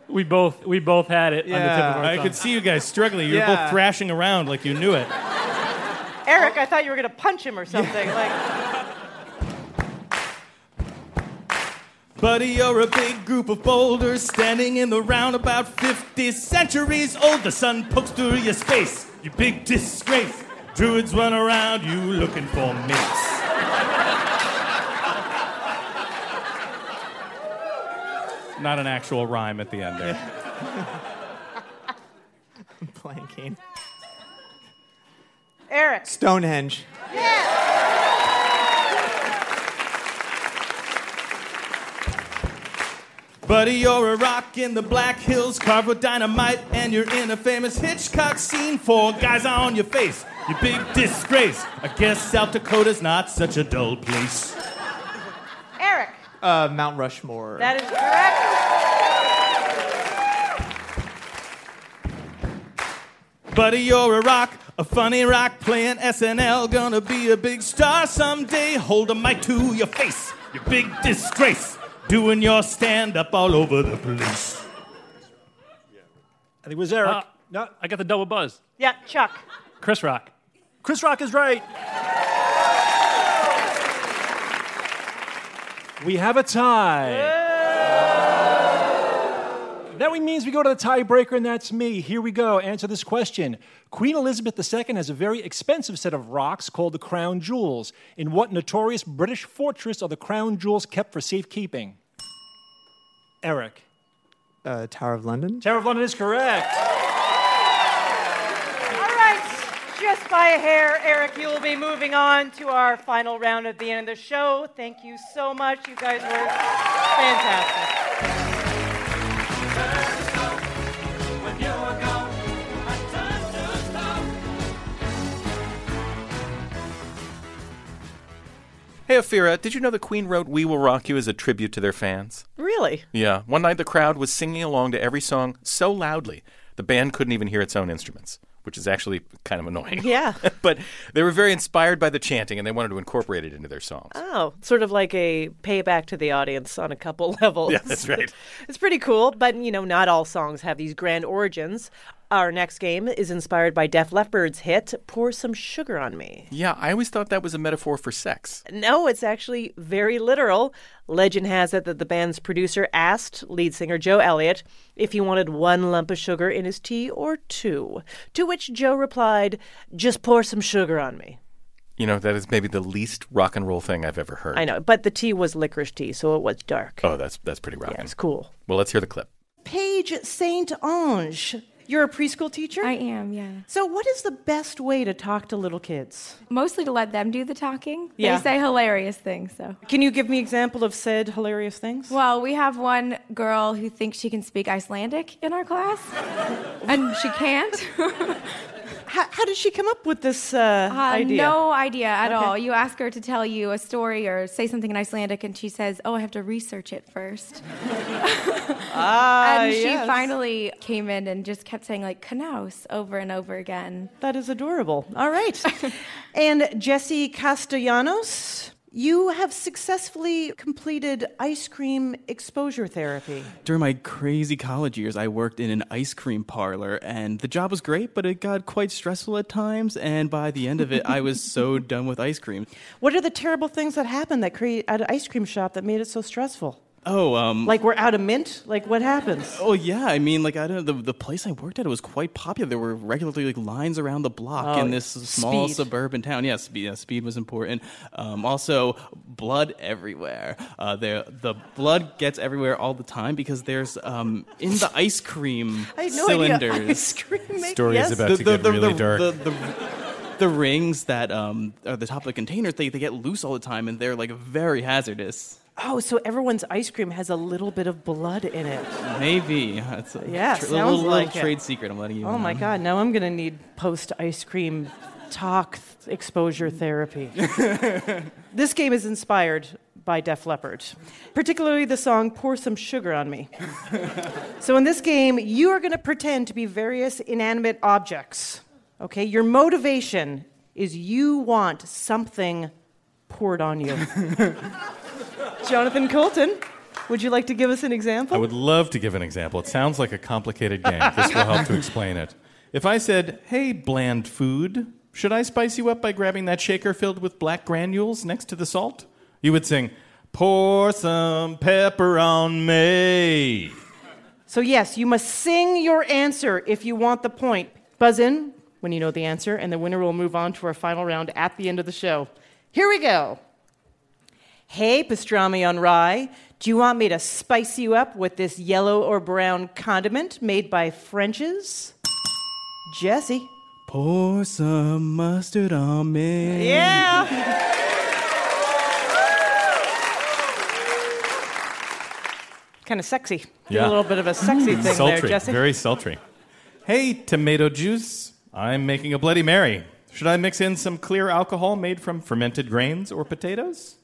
[SPEAKER 7] We both we both had it on the tip of our
[SPEAKER 15] I
[SPEAKER 7] tongue.
[SPEAKER 15] could see you guys struggling. You're
[SPEAKER 7] Yeah.
[SPEAKER 15] both thrashing around like you knew it.
[SPEAKER 2] Eric, I thought you were going to punch him or something.
[SPEAKER 15] Buddy, you're a big group of boulders standing in the round about 50 centuries old. The sun pokes through your space, you big disgrace. Druids run around you looking for mates. Not an actual rhyme at the end there.
[SPEAKER 6] I'm blanking.
[SPEAKER 2] Like, Eric.
[SPEAKER 6] Stonehenge.
[SPEAKER 15] Buddy, you're a rock in the Black Hills, carved with dynamite, and you're in a famous Hitchcock scene. Four guys on your face, you big disgrace. I guess South Dakota's not such a dull place.
[SPEAKER 2] Eric.
[SPEAKER 6] Uh, Mount Rushmore.
[SPEAKER 2] That is correct.
[SPEAKER 15] Buddy, you're a rock, a funny rock playing SNL. Gonna be a big star someday. Hold a mic to your face, you big disgrace. Doing your stand up all over the place.
[SPEAKER 4] I think it was
[SPEAKER 15] Uh,
[SPEAKER 4] Eric. no,
[SPEAKER 7] I got the double buzz.
[SPEAKER 2] Yeah, Chuck.
[SPEAKER 7] Chris Rock.
[SPEAKER 4] Chris Rock is right. We have a tie.
[SPEAKER 7] That we- means we go to the tiebreaker, and that's me. Here we go. Answer this question. Queen Elizabeth II has a very expensive set of rocks called the crown jewels. In what notorious British fortress are the crown jewels kept for safekeeping? Eric.
[SPEAKER 15] Uh, Tower of London?
[SPEAKER 7] Tower of London is correct.
[SPEAKER 2] All right, just by a hair, Eric, you will be moving on to our final round at the end of the show. Thank you so much. You guys were fantastic.
[SPEAKER 4] Hey, Ophira, did you know the Queen wrote We Will Rock You as a tribute to their fans?
[SPEAKER 6] Really?
[SPEAKER 4] Yeah. One night the crowd was singing along to every song so loudly the band couldn't even hear its own instruments, which is actually kind of annoying.
[SPEAKER 6] Yeah.
[SPEAKER 4] but they were very inspired by the chanting and they wanted to incorporate it into their songs.
[SPEAKER 6] Oh, sort of like a payback to the audience on a couple levels.
[SPEAKER 4] Yeah, that's right.
[SPEAKER 6] it's pretty cool, but you know, not all songs have these grand origins. Our next game is inspired by Def Leppard's hit "Pour Some Sugar on Me."
[SPEAKER 4] Yeah, I always thought that was a metaphor for sex.
[SPEAKER 6] No, it's actually very literal. Legend has it that the band's producer asked lead singer Joe Elliott if he wanted one lump of sugar in his tea or two, to which Joe replied, "Just pour some sugar on me."
[SPEAKER 4] You know, that is maybe the least rock and roll thing I've ever heard.
[SPEAKER 6] I know, but the tea was licorice tea, so it was dark.
[SPEAKER 4] Oh, that's that's pretty rocking.
[SPEAKER 6] it's cool.
[SPEAKER 4] Well, let's hear the clip.
[SPEAKER 2] Paige Saint Ange, you're a preschool teacher? I am, yeah. So, what is the best way to talk to little kids?
[SPEAKER 1] Mostly to let them do the talking.
[SPEAKER 2] Yeah.
[SPEAKER 1] They say hilarious things, so.
[SPEAKER 2] Can you give me example of said hilarious things?
[SPEAKER 1] Well, we have one girl who thinks she can speak Icelandic in our class, and she can't.
[SPEAKER 2] how, how did she come up with this uh,
[SPEAKER 1] Uh,
[SPEAKER 2] idea?
[SPEAKER 1] No idea at
[SPEAKER 2] Okay.
[SPEAKER 1] all. You ask her to tell you a story or say something in Icelandic, and she says, "Oh, I have to research it first.
[SPEAKER 2] Ah,
[SPEAKER 1] and she
[SPEAKER 2] yes.
[SPEAKER 1] finally came in and just kept saying like "knaus" over and over again.
[SPEAKER 2] That is adorable. All right. and Jesse Castellanos, you have successfully completed ice cream exposure therapy.
[SPEAKER 17] During my crazy college years, I worked in an ice cream parlor, and the job was great, but it got quite stressful at times. And by the end of it, I was so done with ice cream.
[SPEAKER 2] What are the terrible things that happened that create at an ice cream shop that made it so stressful?
[SPEAKER 17] Oh, um,
[SPEAKER 2] Like we're out of mint? Like what happens?
[SPEAKER 17] Oh yeah, I mean, like I don't know. The, the place I worked at was quite popular. There were regularly like lines around the block
[SPEAKER 2] Oh,
[SPEAKER 17] in this small
[SPEAKER 2] speed.
[SPEAKER 17] suburban town. Yeah, speed, yeah, speed was important. Um, also, blood everywhere. Uh, there, the blood gets everywhere all the time because there's um, in the ice cream
[SPEAKER 2] I had no
[SPEAKER 17] cylinders.
[SPEAKER 2] idea ice cream make-
[SPEAKER 4] Story is
[SPEAKER 2] yes.
[SPEAKER 4] about to get really
[SPEAKER 17] the-
[SPEAKER 4] dark.
[SPEAKER 17] the- the- the rings that um, are the top of the containers, they, they get loose all the time and they're like very hazardous.
[SPEAKER 2] Oh, so everyone's ice cream has a little bit of blood in it.
[SPEAKER 17] Maybe. That's a
[SPEAKER 2] Yeah,
[SPEAKER 17] tr-
[SPEAKER 2] sounds
[SPEAKER 17] little, little
[SPEAKER 2] like it.
[SPEAKER 17] trade secret I'm letting you in
[SPEAKER 2] Oh my
[SPEAKER 17] on.
[SPEAKER 2] God! Now I'm gonna need post ice cream talk th- exposure therapy. this game is inspired by Def Leppard, particularly the song "Pour Some Sugar on Me." so in this game, you are gonna pretend to be various inanimate objects. Okay, your motivation is you want something poured on you. Jonathan Colton, would you like to give us an example?
[SPEAKER 4] I would love to give an example. It sounds like a complicated game. This will help to explain it. If I said, "Hey, bland food, should I spice you up by grabbing that shaker filled with black granules next to the salt?" You would sing, "Pour some pepper on me."
[SPEAKER 2] So, yes, you must sing your answer if you want the point. Buzz in when you know the answer, and the winner will move on to our final round at the end of the show. Here we go. Hey, pastrami on rye, do you want me to spice you up with this yellow or brown condiment made by French's? Jesse.
[SPEAKER 17] Pour some mustard on me.
[SPEAKER 2] Yeah. kind of sexy. Did
[SPEAKER 4] Yeah. Mm.
[SPEAKER 2] A little bit of a sexy thing
[SPEAKER 4] sultry,
[SPEAKER 2] there, Jesse.
[SPEAKER 4] very sultry. Hey, tomato juice, I'm making a Bloody Mary. Should I mix in some clear alcohol made from fermented grains or potatoes?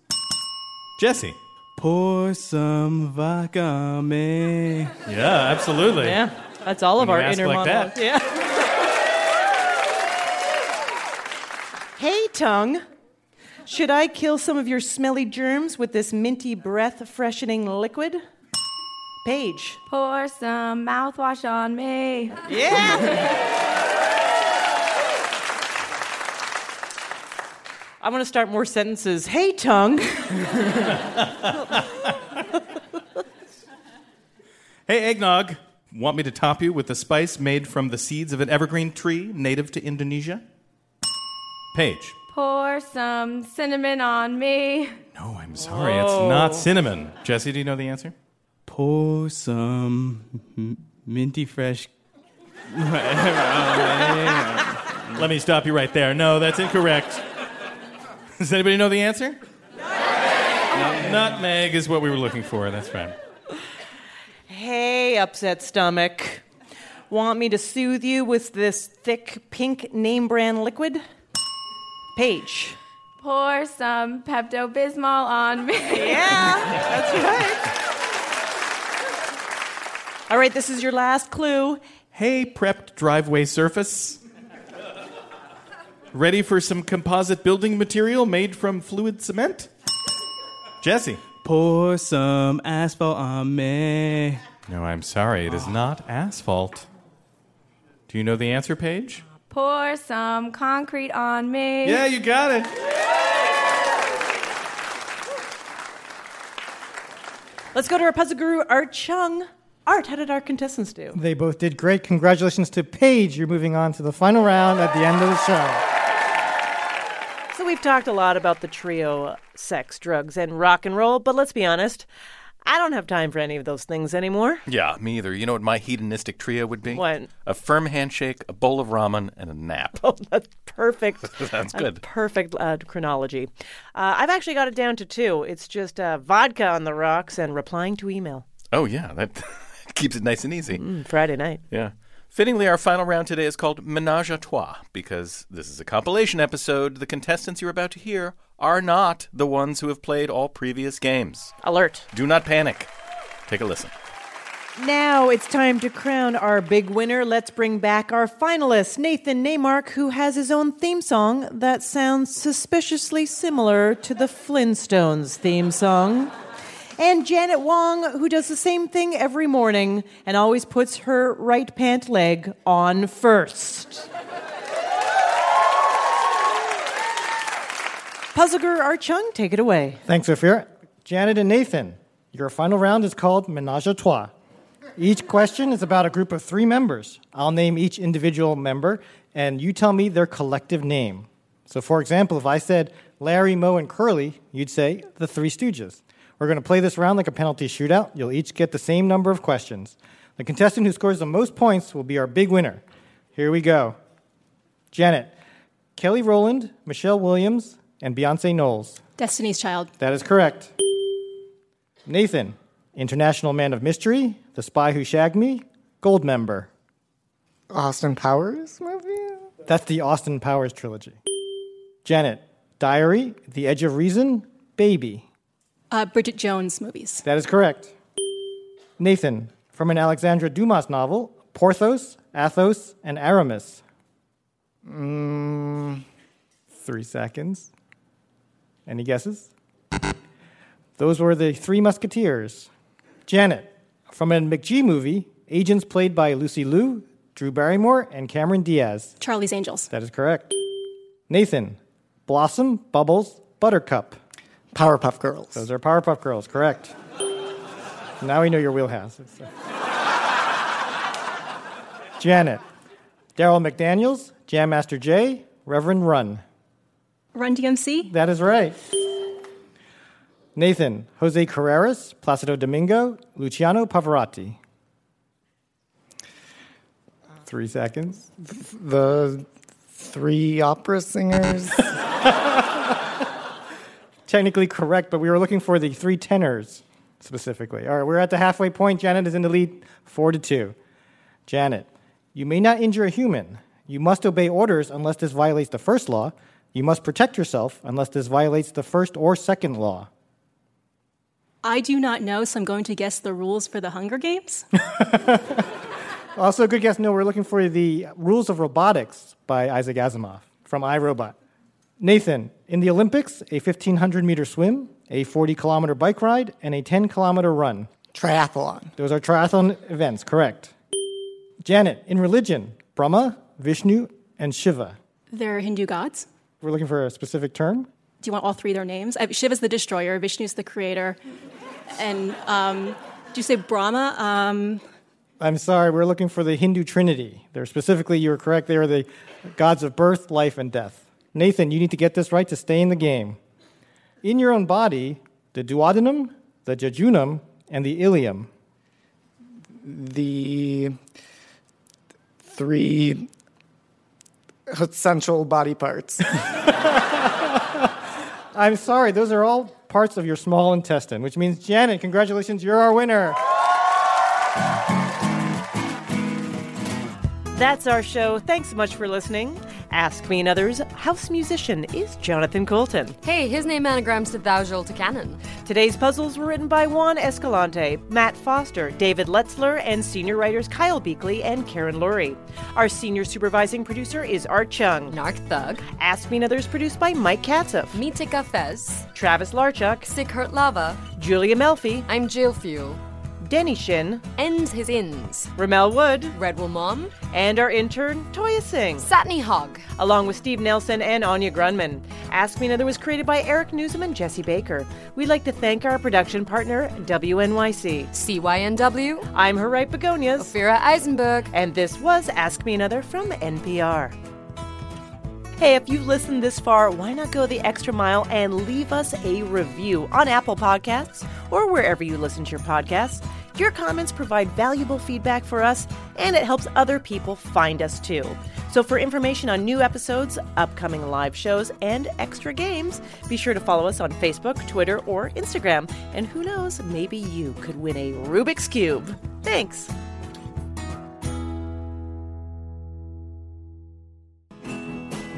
[SPEAKER 4] Jesse.
[SPEAKER 17] Pour some vodka on me.
[SPEAKER 4] Yeah, absolutely.
[SPEAKER 2] Yeah, that's all of
[SPEAKER 17] When
[SPEAKER 2] our
[SPEAKER 17] you ask
[SPEAKER 2] inner
[SPEAKER 17] like
[SPEAKER 2] monologue.
[SPEAKER 17] that.
[SPEAKER 2] Yeah. hey, tongue. Should I kill some of your smelly germs with this minty breath freshening liquid? Paige.
[SPEAKER 1] Pour some mouthwash on me.
[SPEAKER 2] Yeah. I want to start more sentences. Hey, tongue.
[SPEAKER 4] Hey, eggnog, Want me to top you with the spice made from the seeds of an evergreen tree native to Indonesia? Paige.
[SPEAKER 1] Pour some cinnamon on me.
[SPEAKER 4] No, Oh, I'm Sorry, it's not cinnamon. Jesse, do you know the answer?
[SPEAKER 17] Oh. Pour some m- minty fresh. Let
[SPEAKER 4] me stop you right there. No, that's incorrect. Does anybody know the answer? Nutmeg. Nutmeg is what we were looking for. That's right.
[SPEAKER 2] Hey, upset stomach. Want me to soothe you with this thick pink name brand liquid? Paige.
[SPEAKER 1] Pour some Pepto Bismol on me.
[SPEAKER 2] Yeah. That's right. All right, this is your last clue.
[SPEAKER 4] Hey, prepped driveway surface. Ready for some composite building material made from fluid cement? Jesse.
[SPEAKER 17] Pour some asphalt on me. Ah.
[SPEAKER 4] No, I'm sorry. It is not asphalt. Do you know the answer, Paige?
[SPEAKER 1] Pour some concrete on me.
[SPEAKER 4] Yeah, you got it.
[SPEAKER 2] Let's go to our puzzle guru, Art Chung. Art, how did our contestants do?
[SPEAKER 3] They both did great. Congratulations to Paige. You're moving on to the final round at the end of the show.
[SPEAKER 2] So we've talked a lot about the trio sex, drugs, and rock and roll, but let's be honest, I don't have time for any of those things anymore.
[SPEAKER 4] Yeah, me either. You know what my hedonistic trio would be?
[SPEAKER 2] What?
[SPEAKER 4] A firm handshake, a bowl of ramen, and a nap.
[SPEAKER 2] Oh, that's perfect.
[SPEAKER 4] That's
[SPEAKER 2] a
[SPEAKER 4] good.
[SPEAKER 2] perfect uh, chronology. Uh, I've actually got it down to two. It's just uh, vodka on the rocks and replying to email.
[SPEAKER 4] Oh, yeah. That keeps it nice and easy.
[SPEAKER 2] Mm, Friday night.
[SPEAKER 4] Yeah. Fittingly, our final round today is called Menage a Trois because this is a compilation episode. The contestants you're about to hear are not the ones who have played all previous games.
[SPEAKER 2] Alert.
[SPEAKER 4] Do not panic. Take a listen.
[SPEAKER 2] Now it's time to crown our big winner. Let's bring back our finalist, Nathan Neymark, who has his own theme song that sounds suspiciously similar to the Flintstones theme song. And Janet Wong, who does the same thing every morning and always puts her right pant leg on first. Puzzle Guru Art Chung, take it away.
[SPEAKER 3] Thanks, Ophir. Janet and Nathan, your final round is called Menage a Trois. Each question is about a group of three members. I'll name each individual member, and you tell me their collective name. So, for example, if I said Larry, Moe, and Curly, you'd say the Three Stooges. We're going to play this round like a penalty shootout. You'll each get the same number of questions. The contestant who scores the most points will be our big winner. Here we go. Janet, Kelly Rowland, Michelle Williams, and Beyonce Knowles.
[SPEAKER 20] Destiny's Child.
[SPEAKER 3] That is correct. Nathan, International Man of Mystery, The Spy Who Shagged Me, Gold Member. Austin Powers movie? That's the Austin Powers trilogy. Janet, Diary, The Edge of Reason, Baby.
[SPEAKER 20] Uh, Bridget Jones movies.
[SPEAKER 3] That is correct. Nathan, from an Alexandra Dumas novel, Porthos, Athos, and Aramis. Mm, three seconds. Any guesses? Those were the Three Musketeers. Janet, from a McGee movie, agents played by Lucy Liu, Drew Barrymore, and Cameron Diaz.
[SPEAKER 20] Charlie's Angels.
[SPEAKER 3] That is correct. Nathan, Blossom, Bubbles, Buttercup. Powerpuff Girls. Those are Powerpuff Girls, correct. now we know your wheelhouse. It's, uh, Janet, Daryl McDaniels, Jam Master Jay, Reverend Run.
[SPEAKER 20] Run DMC.
[SPEAKER 3] That is right. Nathan, Jose Carreras, Placido Domingo, Luciano Pavarotti. Three seconds. The three opera singers. Technically correct, but we were looking for the three tenors specifically. All right, we're at the halfway point. Janet is in the lead, four to two. Janet, you may not injure a human. You must obey orders unless this violates the first law. You must protect yourself unless this violates the first or second law.
[SPEAKER 20] I do not know, so I'm going to guess the rules for the Hunger Games.
[SPEAKER 3] Also, good guess. No, we're looking for the Rules of Robotics by Isaac Asimov from iRobot. Nathan, in the Olympics, a 1,500 meter swim, a 40 kilometer bike ride, and a 10 kilometer run. Triathlon. Those are triathlon events, correct. Janet, in religion, Brahma, Vishnu, and Shiva.
[SPEAKER 20] They're Hindu gods.
[SPEAKER 3] We're looking for a specific term.
[SPEAKER 20] Do you want all three their names? Uh, Shiva's the destroyer, Vishnu's the creator, and um, do you say Brahma? Um,
[SPEAKER 3] I'm sorry, we're looking for the Hindu Trinity. They're specifically, you were correct, they are the gods of birth, life, and death. Nathan, you need to get this right to stay in the game. In your own body, the duodenum, the jejunum, and the ilium.
[SPEAKER 15] The three essential body parts.
[SPEAKER 3] I'm sorry, those are all parts of your small intestine, which means, Janet, congratulations, you're our winner.
[SPEAKER 2] That's our show. Thanks so much for listening. Ask Me and Others house musician is Jonathan Colton.
[SPEAKER 8] Hey, his name anagrams to thou shalt to canon.
[SPEAKER 2] Today's puzzles were written by Juan Escalante, Matt Foster, David Letzler, and senior writers Kyle Beakley and Karen Lurie. Our senior supervising producer is Art Chung.
[SPEAKER 8] Narc Thug.
[SPEAKER 2] Ask Me and Others produced by Mike Katzoff.
[SPEAKER 8] Mitika Fez.
[SPEAKER 2] Travis Larchuk.
[SPEAKER 8] Sick Hurt Lava.
[SPEAKER 2] Julia Melfi.
[SPEAKER 8] I'm Jill Fuel.
[SPEAKER 2] Denny Shin,
[SPEAKER 8] Ends His Ends,
[SPEAKER 2] Ramel Wood,
[SPEAKER 8] Redwell Mom,
[SPEAKER 2] and our intern, Toya Singh,
[SPEAKER 8] Satni Hogg,
[SPEAKER 2] along with Steve Nelson and Anya Grunman. Ask Me Another was created by Eric Newsom and Jesse Baker. We'd like to thank our production partner, WNYC.
[SPEAKER 8] CYNW,
[SPEAKER 2] I'm her right begonias,
[SPEAKER 8] Ophira Eisenberg,
[SPEAKER 2] and this was Ask Me Another from NPR. Hey, if you've listened this far, why not go the extra mile and leave us a review on Apple Podcasts or wherever you listen to your podcasts? Your comments provide valuable feedback for us, and it helps other people find us too. So, for information on new episodes, upcoming live shows, and extra games, be sure to follow us on Facebook, Twitter, or Instagram. And who knows, maybe you could win a Rubik's Cube. Thanks.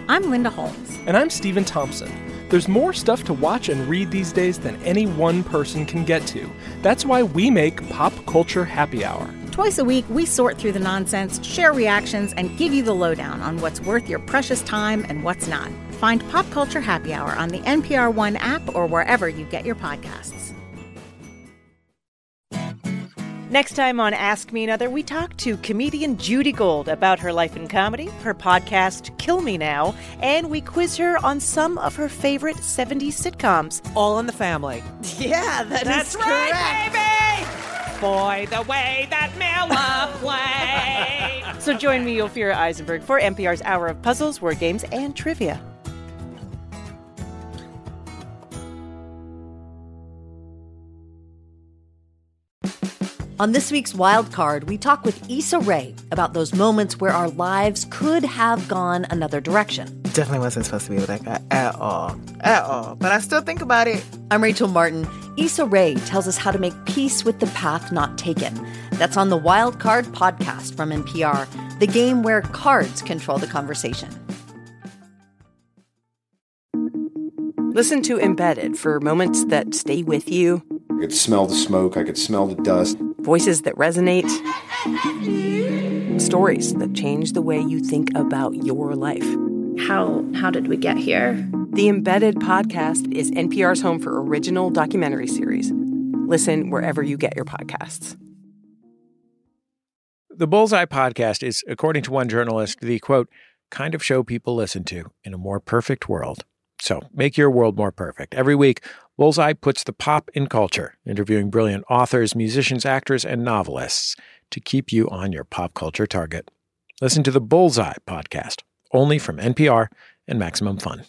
[SPEAKER 10] I'm Linda Holmes.
[SPEAKER 11] And I'm Stephen Thompson. There's more stuff to watch and read these days than any one person can get to. That's why we make Pop Culture Happy Hour.
[SPEAKER 10] Twice a week, we sort through the nonsense, share reactions, and give you the lowdown on what's worth your precious time and what's not. Find Pop Culture Happy Hour on the NPR One app or wherever you get your podcasts.
[SPEAKER 2] Next time on Ask Me Another, we talk to comedian Judy Gold about her life in comedy, her podcast Kill Me Now, and we quiz her on some of her favorite 70s sitcoms.
[SPEAKER 23] All in the Family.
[SPEAKER 2] Yeah, that
[SPEAKER 23] That's
[SPEAKER 2] is
[SPEAKER 23] right, baby! Boy, the way that Miller
[SPEAKER 2] correct. So join me, Ophira Eisenberg, for NPR's Hour of Puzzles, Word Games, and Trivia.
[SPEAKER 24] On this week's Wild Card, we talk with Issa Rae about those moments where our lives could have gone another direction.
[SPEAKER 23] Definitely wasn't supposed to be with that guy at all. At all. But I still think about it.
[SPEAKER 24] I'm Rachel Martin. Issa Rae tells us how to make peace with the path not taken. That's on the Wild Card podcast from NPR, the game where cards control the conversation.
[SPEAKER 25] Listen to Embedded for moments that stay with you,
[SPEAKER 26] I could smell the smoke, I could smell the dust.
[SPEAKER 25] voices that resonate, stories that change the way you think about your life.
[SPEAKER 27] How how did we get here?
[SPEAKER 25] The Embedded podcast is NPR's home for original documentary series. Listen wherever you get your podcasts.
[SPEAKER 26] The Bullseye Podcast is, according to one journalist, the quote, kind of show people listen to in a more perfect world. So make your world more perfect. Every week, Bullseye puts the pop in culture, interviewing brilliant authors, musicians, actors, and novelists to keep you on your pop culture target. Listen to the Bullseye Podcast, only from NPR and Maximum Fun.